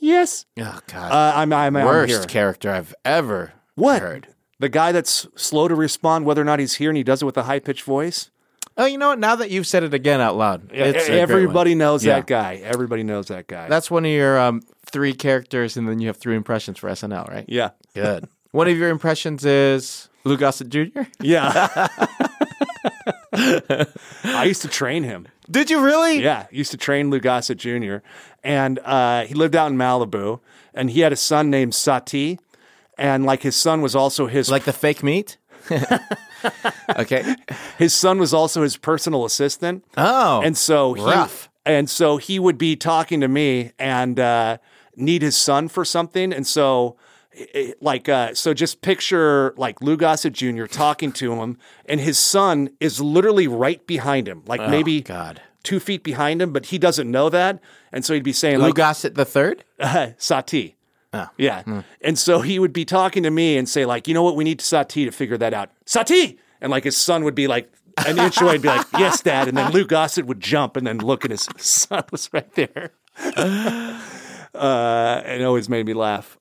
yes.
Oh, God.
Uh, I'm, I'm, I'm
Worst
here.
character I've ever
What?
heard.
The guy that's slow to respond, whether or not he's here, and he does it with a high pitched voice.
Oh, you know what? Now that you've said it again out loud, it's a great one.
Everybody knows
Yeah.
that guy. Everybody knows that guy.
That's one of your um, three characters, and then you have three impressions for SNL, right?
Yeah.
Good. one of your impressions is Lou Gossett Jr.
Yeah. <laughs> I used to train him.
<laughs> Did you really?
Yeah, used to train Lou Gossett Jr. And uh, he lived out in Malibu, and he had a son named Sati, and like his son was also his
Like the fake meat? <laughs> okay.
his son was also his personal assistant.
Oh.
and so he,
rough.
and so he would be talking to me and uh, need his son for something, and so. i- i- Like uh, so, just picture like Lou Gossett Jr. talking to him, and his son is literally right behind him, like maybe
Oh, God.
two feet behind him, but he doesn't know that, and so he'd be saying
Lou
like
Gossett the third?
Sati. Uh, Yeah. And so he would be talking to me and say, like, you know what, we need Sati to figure that out. Sati! And like his son would be like an inch away and be like, yes, dad. And then Lou Gossett would jump and then look and his <laughs> son was right there. <laughs> uh, it always made me laugh.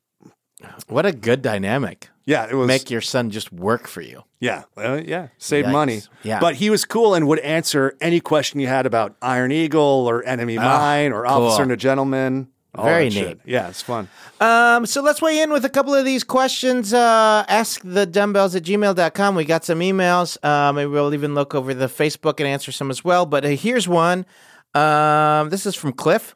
What a good dynamic.
Yeah, it was.
Make your son just work for you.
yeah, well, yeah, save
Yikes.
money.
Yeah.
but he was cool and would answer any question you had about Iron Eagle or Enemy Mine or Officer and a Gentleman. all
Very
that shit.
neat.
Yeah, it's fun.
Um, so let's weigh in with a couple of these questions. Uh, ask the dumbbells at gmail.com. We got some emails. Uh, maybe we'll even look over the Facebook and answer some as well. But uh, here's one. Um, this is from Cliff.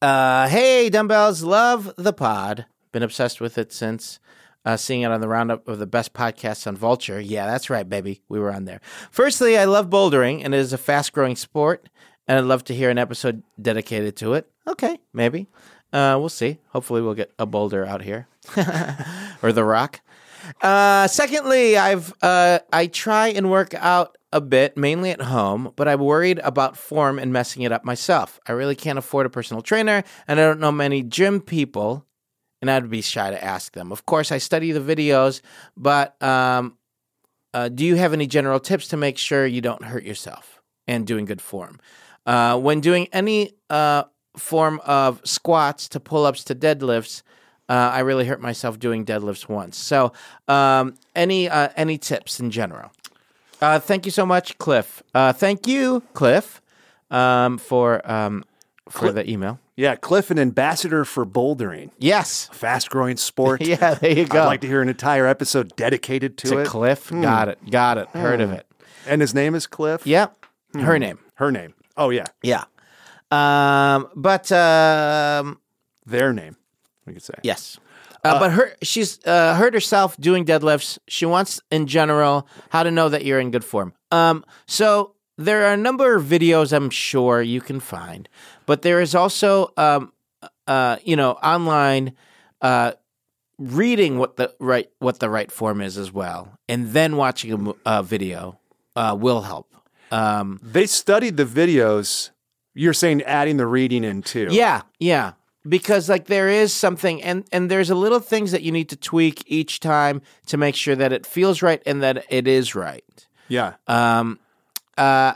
Uh, hey, dumbbells, love the pod. Been obsessed with it since uh, seeing it on the roundup of the best podcasts on Vulture. Yeah, that's right, baby. We were on there. Firstly, I love bouldering, and it is a fast growing sport, and I'd love to hear an episode dedicated to it. Okay, maybe. Uh, we'll see. Hopefully, we'll get a boulder out here or the rock. Uh, secondly, I've uh, I try and work out a bit, mainly at home, but I'm worried about form and messing it up myself. I really can't afford a personal trainer, and I don't know many gym people, and I'd be shy to ask them. Of course, I study the videos, but um, uh, do you have any general tips to make sure you don't hurt yourself and doing good form? Uh, when doing any uh, form of squats to pull ups to deadlifts, Uh, I really hurt myself doing deadlifts once. So, um, any uh, any tips in general? Uh, thank you so much, Cliff. Uh, thank you, Cliff, um, for um, for the email.
Yeah, Cliff, an ambassador for bouldering,
Yes. <laughs>
fast growing sport.
Yeah, there you go.
I'd like to hear an entire episode dedicated to, Hmm.
to
it.
Cliff. Got it. Got it. Heard of it.
And his name is Cliff.
Yeah.
Hmm.
Her name.
Her name. Oh yeah,
Yeah. Um, but um,
their name. We could say.
yes. Uh, but her, she's uh, hurt herself doing deadlifts. She wants, in general, how to know that you're in good form. Um, so there are a number of videos I'm sure you can find, but there is also, um, uh, you know, online uh, reading what the right what the right form is as well, and then watching a mo- a video uh, will help. Um,
They studied the videos. You're saying adding the reading in too.
Yeah, yeah. Because like there is something and and there's a little things that you need to tweak each time to make sure that it feels right and that it is right.
Yeah.
Um uh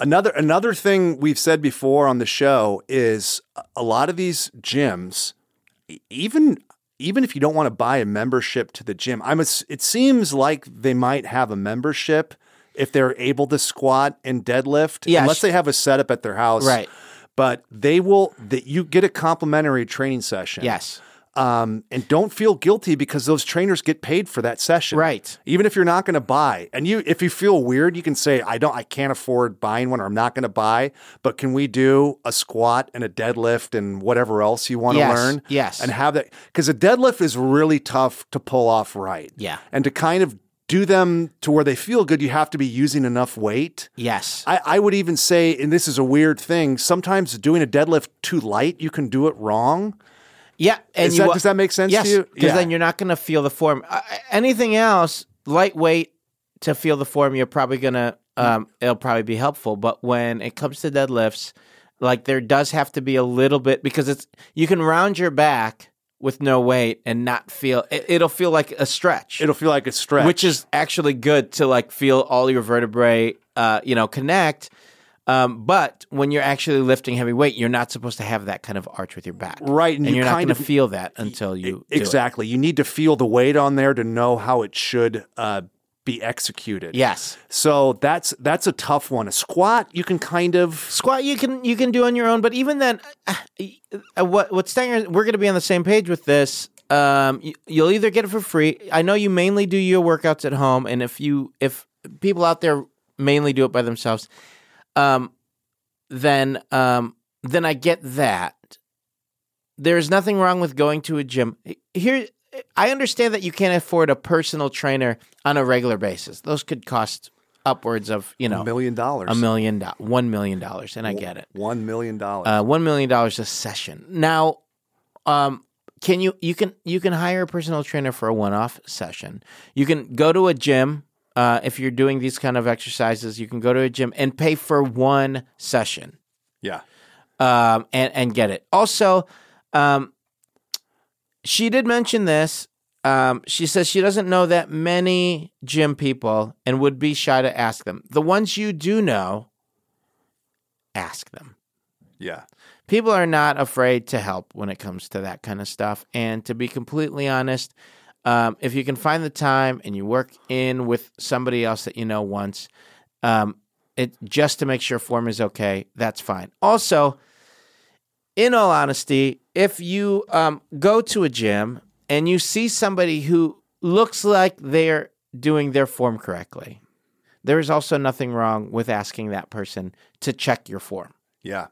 Another another thing we've said before on the show is a lot of these gyms, e- even even if you don't want to buy a membership to the gym, I'm. ass- It seems like they might have a membership if they're able to squat and deadlift,
Yeah,
unless
sh-
they have a setup at their house,
Right.
But they will that you get a complimentary training session.
yes.
um, and don't feel guilty because those trainers get paid for that session,
Right.
Even if you're not going to buy, and you if you feel weird, you can say, "I don't, I can't afford buying one, or I'm not going to buy." But can we do a squat and a deadlift and whatever else you want to
Yes,
learn?
yes.
and have that because a deadlift is really tough to pull off right.
Yeah.
and to kind of do them to where they feel good, you have to be using enough weight.
Yes.
I, I would even say, and this is a weird thing, sometimes doing a deadlift too light, you can do it wrong.
yeah, and
Is
you
that-
wa-
does that make sense to
yes,
you?
Cuz
Yeah.
then you're not going to feel the form. Uh, anything else lightweight to feel the form you're probably going to um it'll probably be helpful, but when it comes to deadlifts like there does have to be a little bit because it's you can round your back with no weight and not feel it, it'll feel like a stretch
It'll feel like a stretch.
which is actually good to like feel all your vertebrae uh, you know connect um, but when you're actually lifting heavy weight you're not supposed to have that kind of arch with your back
Right, and
and,
you
you're not
kind
going to
of-
feel that until you do it.
Exactly. You need to feel the weight on there to know how it should uh, be executed.
yes
So that's that's a tough one. A squat, you can kind of
squat you can you can do on your own but even then uh, uh, what what Stenger we're going to be on the same page with this um you, you'll either get it for free I know you mainly do your workouts at home and if you if people out there mainly do it by themselves um then um then I get that there's nothing wrong with going to a gym here I understand that you can't afford a personal trainer on a regular basis those could cost upwards of you know
a million dollars.
a million dollars, one million dollars, and I get it.
One million dollars.
Uh, one million dollars a session. Now, um, can you you can you can hire a personal trainer for a one-off session? You can go to a gym uh, if you're doing these kind of exercises. You can go to a gym and pay for one session
yeah.
um, and and get it. Also, um, she did mention this. Um, she says she doesn't know that many gym people and would be shy to ask them. The ones you do know, ask them.
Yeah.
People are not afraid to help when it comes to that kind of stuff. And to be completely honest, um, if you can find the time and you work in with somebody else that you know once, um, it just to make sure form is okay, that's fine. Also, in all honesty, if you um, go to a gym and you see somebody who looks like they're doing their form correctly, there is also nothing wrong with asking that person to check your form.
Yeah.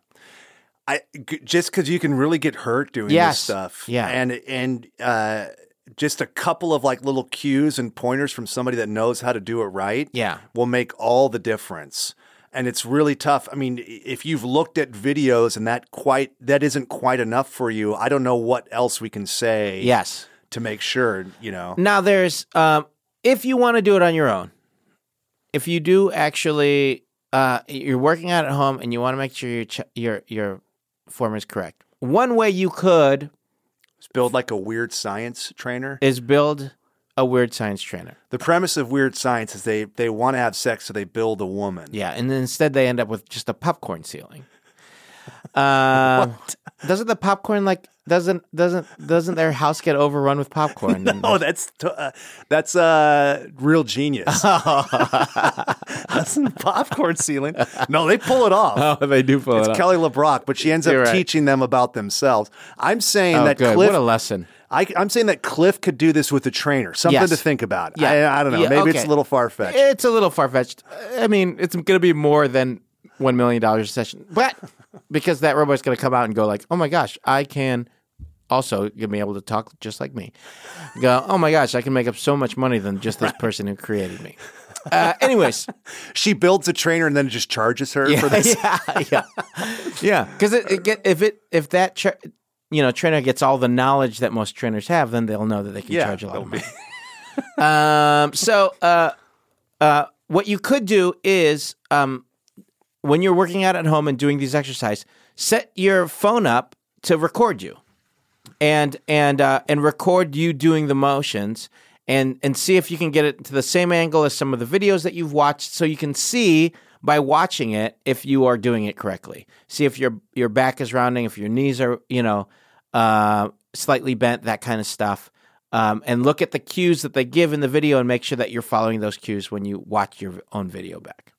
I g- just because you can really get hurt doing
Yes.
this stuff.
Yeah.
And and uh, just a couple of like little cues and pointers from somebody that knows how to do it right.
Yeah.
will make all the difference. And it's really tough. I mean, i- if you've looked at videos and that quite that isn't quite enough for you, I don't know what else we can say
Yes.
to make sure, you know.
Now there's um, if you want to do it on your own, if you do actually uh, you're working out at home and you want to make sure your ch- your your form is correct. One way you could
Build like a weird science trainer.
is build a weird science trainer.
The premise of weird science is they they want to have sex so they build a woman.
<laughs> Yeah, and then instead they end up with just a popcorn ceiling. Um, doesn't the popcorn like doesn't doesn't doesn't their house get overrun with <laughs> popcorn? And
Oh, that's t- uh, that's uh,
<laughs>
real genius. <laughs> that's in the popcorn ceiling. No, they pull it off.
Oh, they do pull
it's
it off.
Kelly LeBrock, but she ends up
You're right.
teaching them about themselves. I'm saying
oh,
that
good.
Cliff.
what a lesson.
I, am saying that Cliff could do this with a trainer. Something
Yes.
to think about.
Yeah.
I, I don't know.
Yeah,
Maybe it's
okay.
a little far fetched.
It's a little far fetched. I mean, it's going to be more than one million dollars a session, but because that robot's going to come out and go like, "Oh my gosh, I can." Also, you'll be able to talk just like me. Go, oh my gosh, I can make up so much money than just this person who created me. Uh, anyways,
she builds a trainer and then just charges her for this.
yeah, <laughs> yeah, yeah. Because it, it get, if it if that tra- you know trainer gets all the knowledge that most trainers have, then they'll know that they can
Yeah,
charge a lot
they'll
of money. um, so uh, uh, what you could do is um, when you're working out at home and doing these exercises, set your phone up to record you and and uh, and record you doing the motions and and see if you can get it to the same angle as some of the videos that you've watched so you can see by watching it if you are doing it correctly see if your your back is rounding if your knees are you know uh, slightly bent that kind of stuff um, and look at the cues that they give in the video and make sure that you're following those cues when you watch your own video back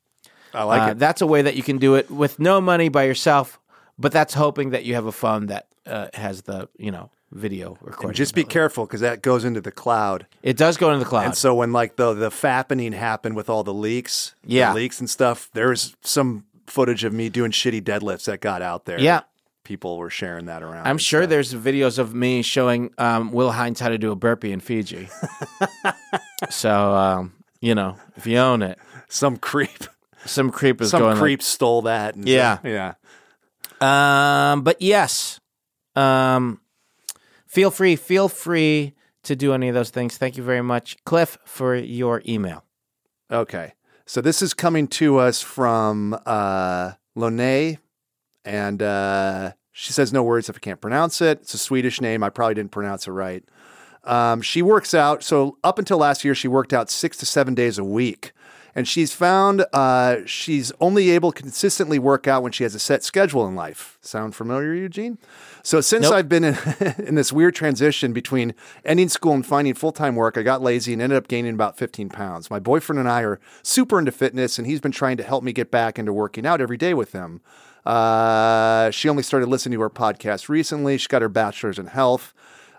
I like
Uh,
it.
that's a way that you can do it with no money by yourself but that's hoping that you have a phone that uh, has the you know video recording
Just be careful because that goes into the cloud.
it does go into the cloud.
And so when like the the fappening happened with all the leaks, the
Yeah.
leaks and stuff, there's some footage of me doing shitty deadlifts that got out there.
Yeah.
people were sharing that around.
I'm
and
sure
stuff.
there's videos of me showing um, Will Hines how to do a burpee in
<laughs>
Fiji. so, um, you know, if you own it,
some creep,
some creep <laughs> is
some
going.
creep stole that. And
Yeah.
yeah.
like- um, but yes, um, feel free, feel free to do any of those things. Thank you very much, Cliff, for your email.
Okay. So this is coming to us from uh, Lone, and uh, she says no words if I can't pronounce it. It's a Swedish name. I probably didn't pronounce it right. Um, she works out. So up until last year, she worked out six to seven days a week. And she's found uh, she's only able to consistently work out when she has a set schedule in life. Sound familiar, Eugene? So since
Nope.
I've been <laughs> in, in this weird transition between ending school and finding full time work, I got lazy and ended up gaining about 15 pounds. My boyfriend and I are super into fitness, and he's been trying to help me get back into working out every day with him. Uh, she only started listening to her podcast recently. She got her bachelor's in health.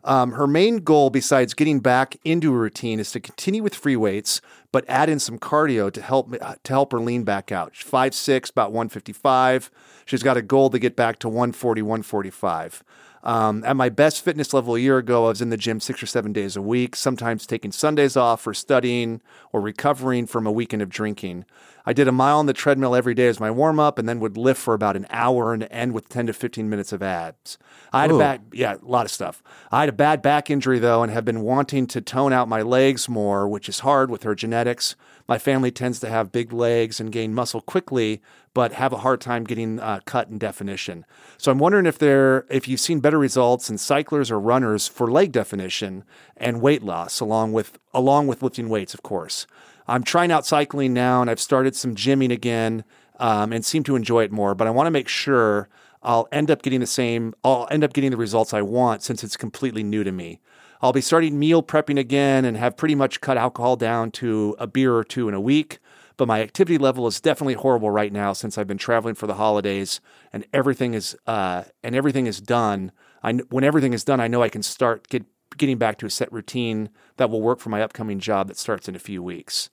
Um, her main goal, besides getting back into a routine, is to continue with free weights, but add in some cardio to help uh, to help her lean back out. She's 5'6", about 155. She's got a goal to get back to 140, 145. Um, at my best fitness level a year ago, I was in the gym six or seven days a week, sometimes taking Sundays off for studying or recovering from a weekend of drinking. I did a mile on the treadmill every day as my warm up and then would lift for about an hour and end with 10 to 15 minutes of abs. I had a bad, yeah, a lot of stuff. I had a bad back injury though and have been wanting to tone out my legs more, which is hard with her genetics. My family tends to have big legs and gain muscle quickly, but have a hard time getting uh, cut in definition. So I'm wondering if there, if you've seen better results in cyclers or runners for leg definition and weight loss, along with along with lifting weights, of course. I'm trying out cycling now, and I've started some gymming again, um, and seem to enjoy it more. But I want to make sure I'll end up getting the same. I'll end up getting the results I want since it's completely new to me. I'll be starting meal prepping again and have pretty much cut alcohol down to a beer or two in a week. But my activity level is definitely horrible right now since I've been traveling for the holidays and everything is uh, and everything is done. I kn- when everything is done, I know I can start get, getting back to a set routine that will work for my upcoming job that starts in a few weeks.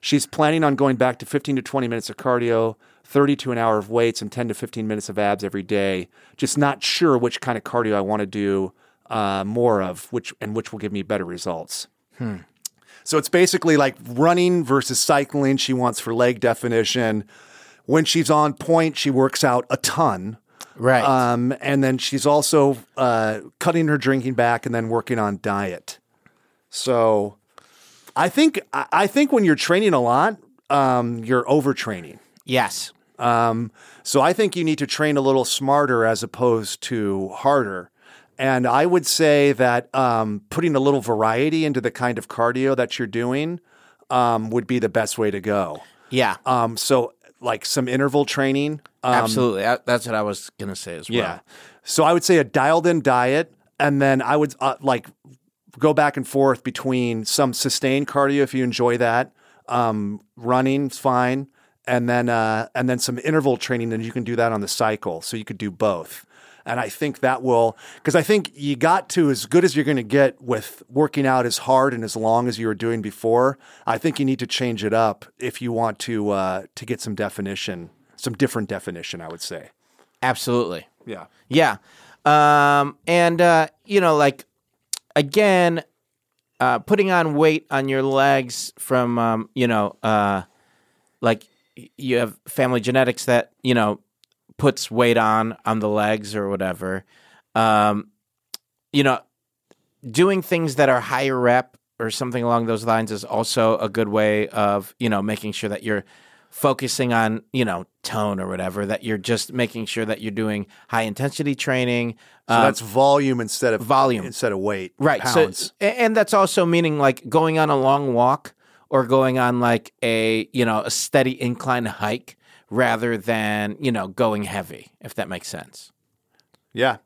She's planning on going back to 15 to 20 minutes of cardio, 30 to an hour of weights, and 10 to 15 minutes of abs every day. Just not sure which kind of cardio I want to do uh, more of, which and which will give me better results. So it's basically like running versus cycling. She wants for leg definition. When she's on point, she works out a ton.
Right.
Um, and then she's also uh, cutting her drinking back and then working on diet. So I think I I think when you're training a lot, um, you're overtraining.
yes.
So I think you need to train a little smarter as opposed to harder. And I would say that um, putting a little variety into the kind of cardio that you're doing um, would be the best way to go.
Yeah.
Um, so like some interval training. Um,
Absolutely. I, that's what I was going to say as well.
Yeah. So I would say a dialed in diet, and then I would uh, like go back and forth between some sustained cardio if you enjoy that, um, running's fine, and then uh, and then some interval training. Then you can do that on the cycle, so you could do both. And I think that will because I think you got to as good as you're going to get with working out as hard and as long as you were doing before. I think you need to change it up if you want to uh, to get some definition, some different definition. I would say.
Absolutely.
Yeah.
Yeah. Um, and, uh, you know, like, again, uh, putting on weight on your legs from, um, you know, uh, like y- you have family genetics that, you know, puts weight on on the legs or whatever. Um, you know, doing things that are higher rep or something along those lines is also a good way of you know making sure that you're focusing on you know tone or whatever that you're just making sure that you're doing high intensity training
So
um,
that's Uh, volume instead of
volume.
instead of weight.
right
Pounds.
so a- and that's also meaning like going on a long walk or going on like a you know a steady incline hike rather than you know going heavy if that makes sense
yeah.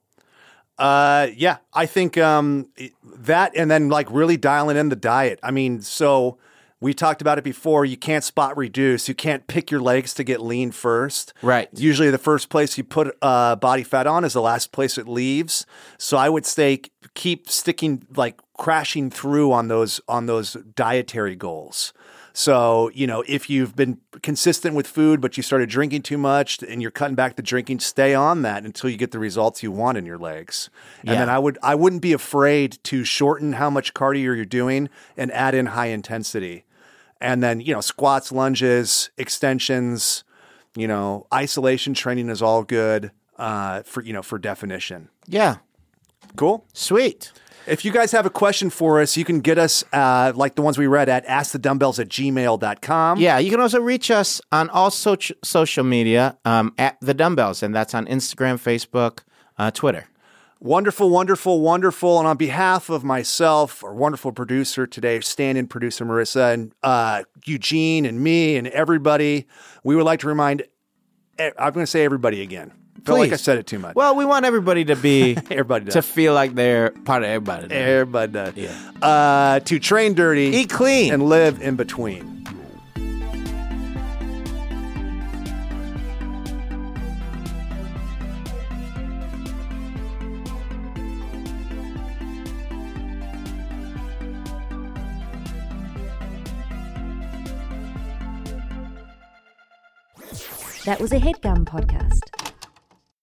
Uh, yeah. I think um, it- that and then like really dialing in the diet. I mean, so we talked about it before. You can't spot reduce. You can't pick your legs to get lean first.
Right.
Usually, the first place you put uh, body fat on is the last place it leaves. So I would say k- keep sticking like crashing through on those on those dietary goals. So, you know, if you've been consistent with food, but you started drinking too much and you're cutting back the drinking, stay on that until you get the results you want in your legs. And
Yeah.
then I would I wouldn't be afraid to shorten how much cardio you're doing and add in high intensity. And then, you know, squats, lunges, extensions, you know, isolation training is all good uh, for, you know, for definition.
yeah
Cool.
sweet
If you guys have a question for us, you can get us uh, like the ones we read at askthedumbbells at gmail.com.
Yeah, you can also reach us on all soc- social media um, at the dumbbells, and that's on Instagram, Facebook, uh, Twitter.
Wonderful, wonderful, wonderful. And on behalf of myself, our wonderful producer today, stand in producer Marissa, and uh, Eugene, and me, and everybody, we would like to remind eh, I'm going to say everybody again. Felt like I
Please.
said it too much.
Well, we want <laughs> everybody to be
everybody
to
does.
feel like they're part of everybody.
everybody does. Uh, to train dirty
Eat clean.
and live in between.
That was a headgum podcast.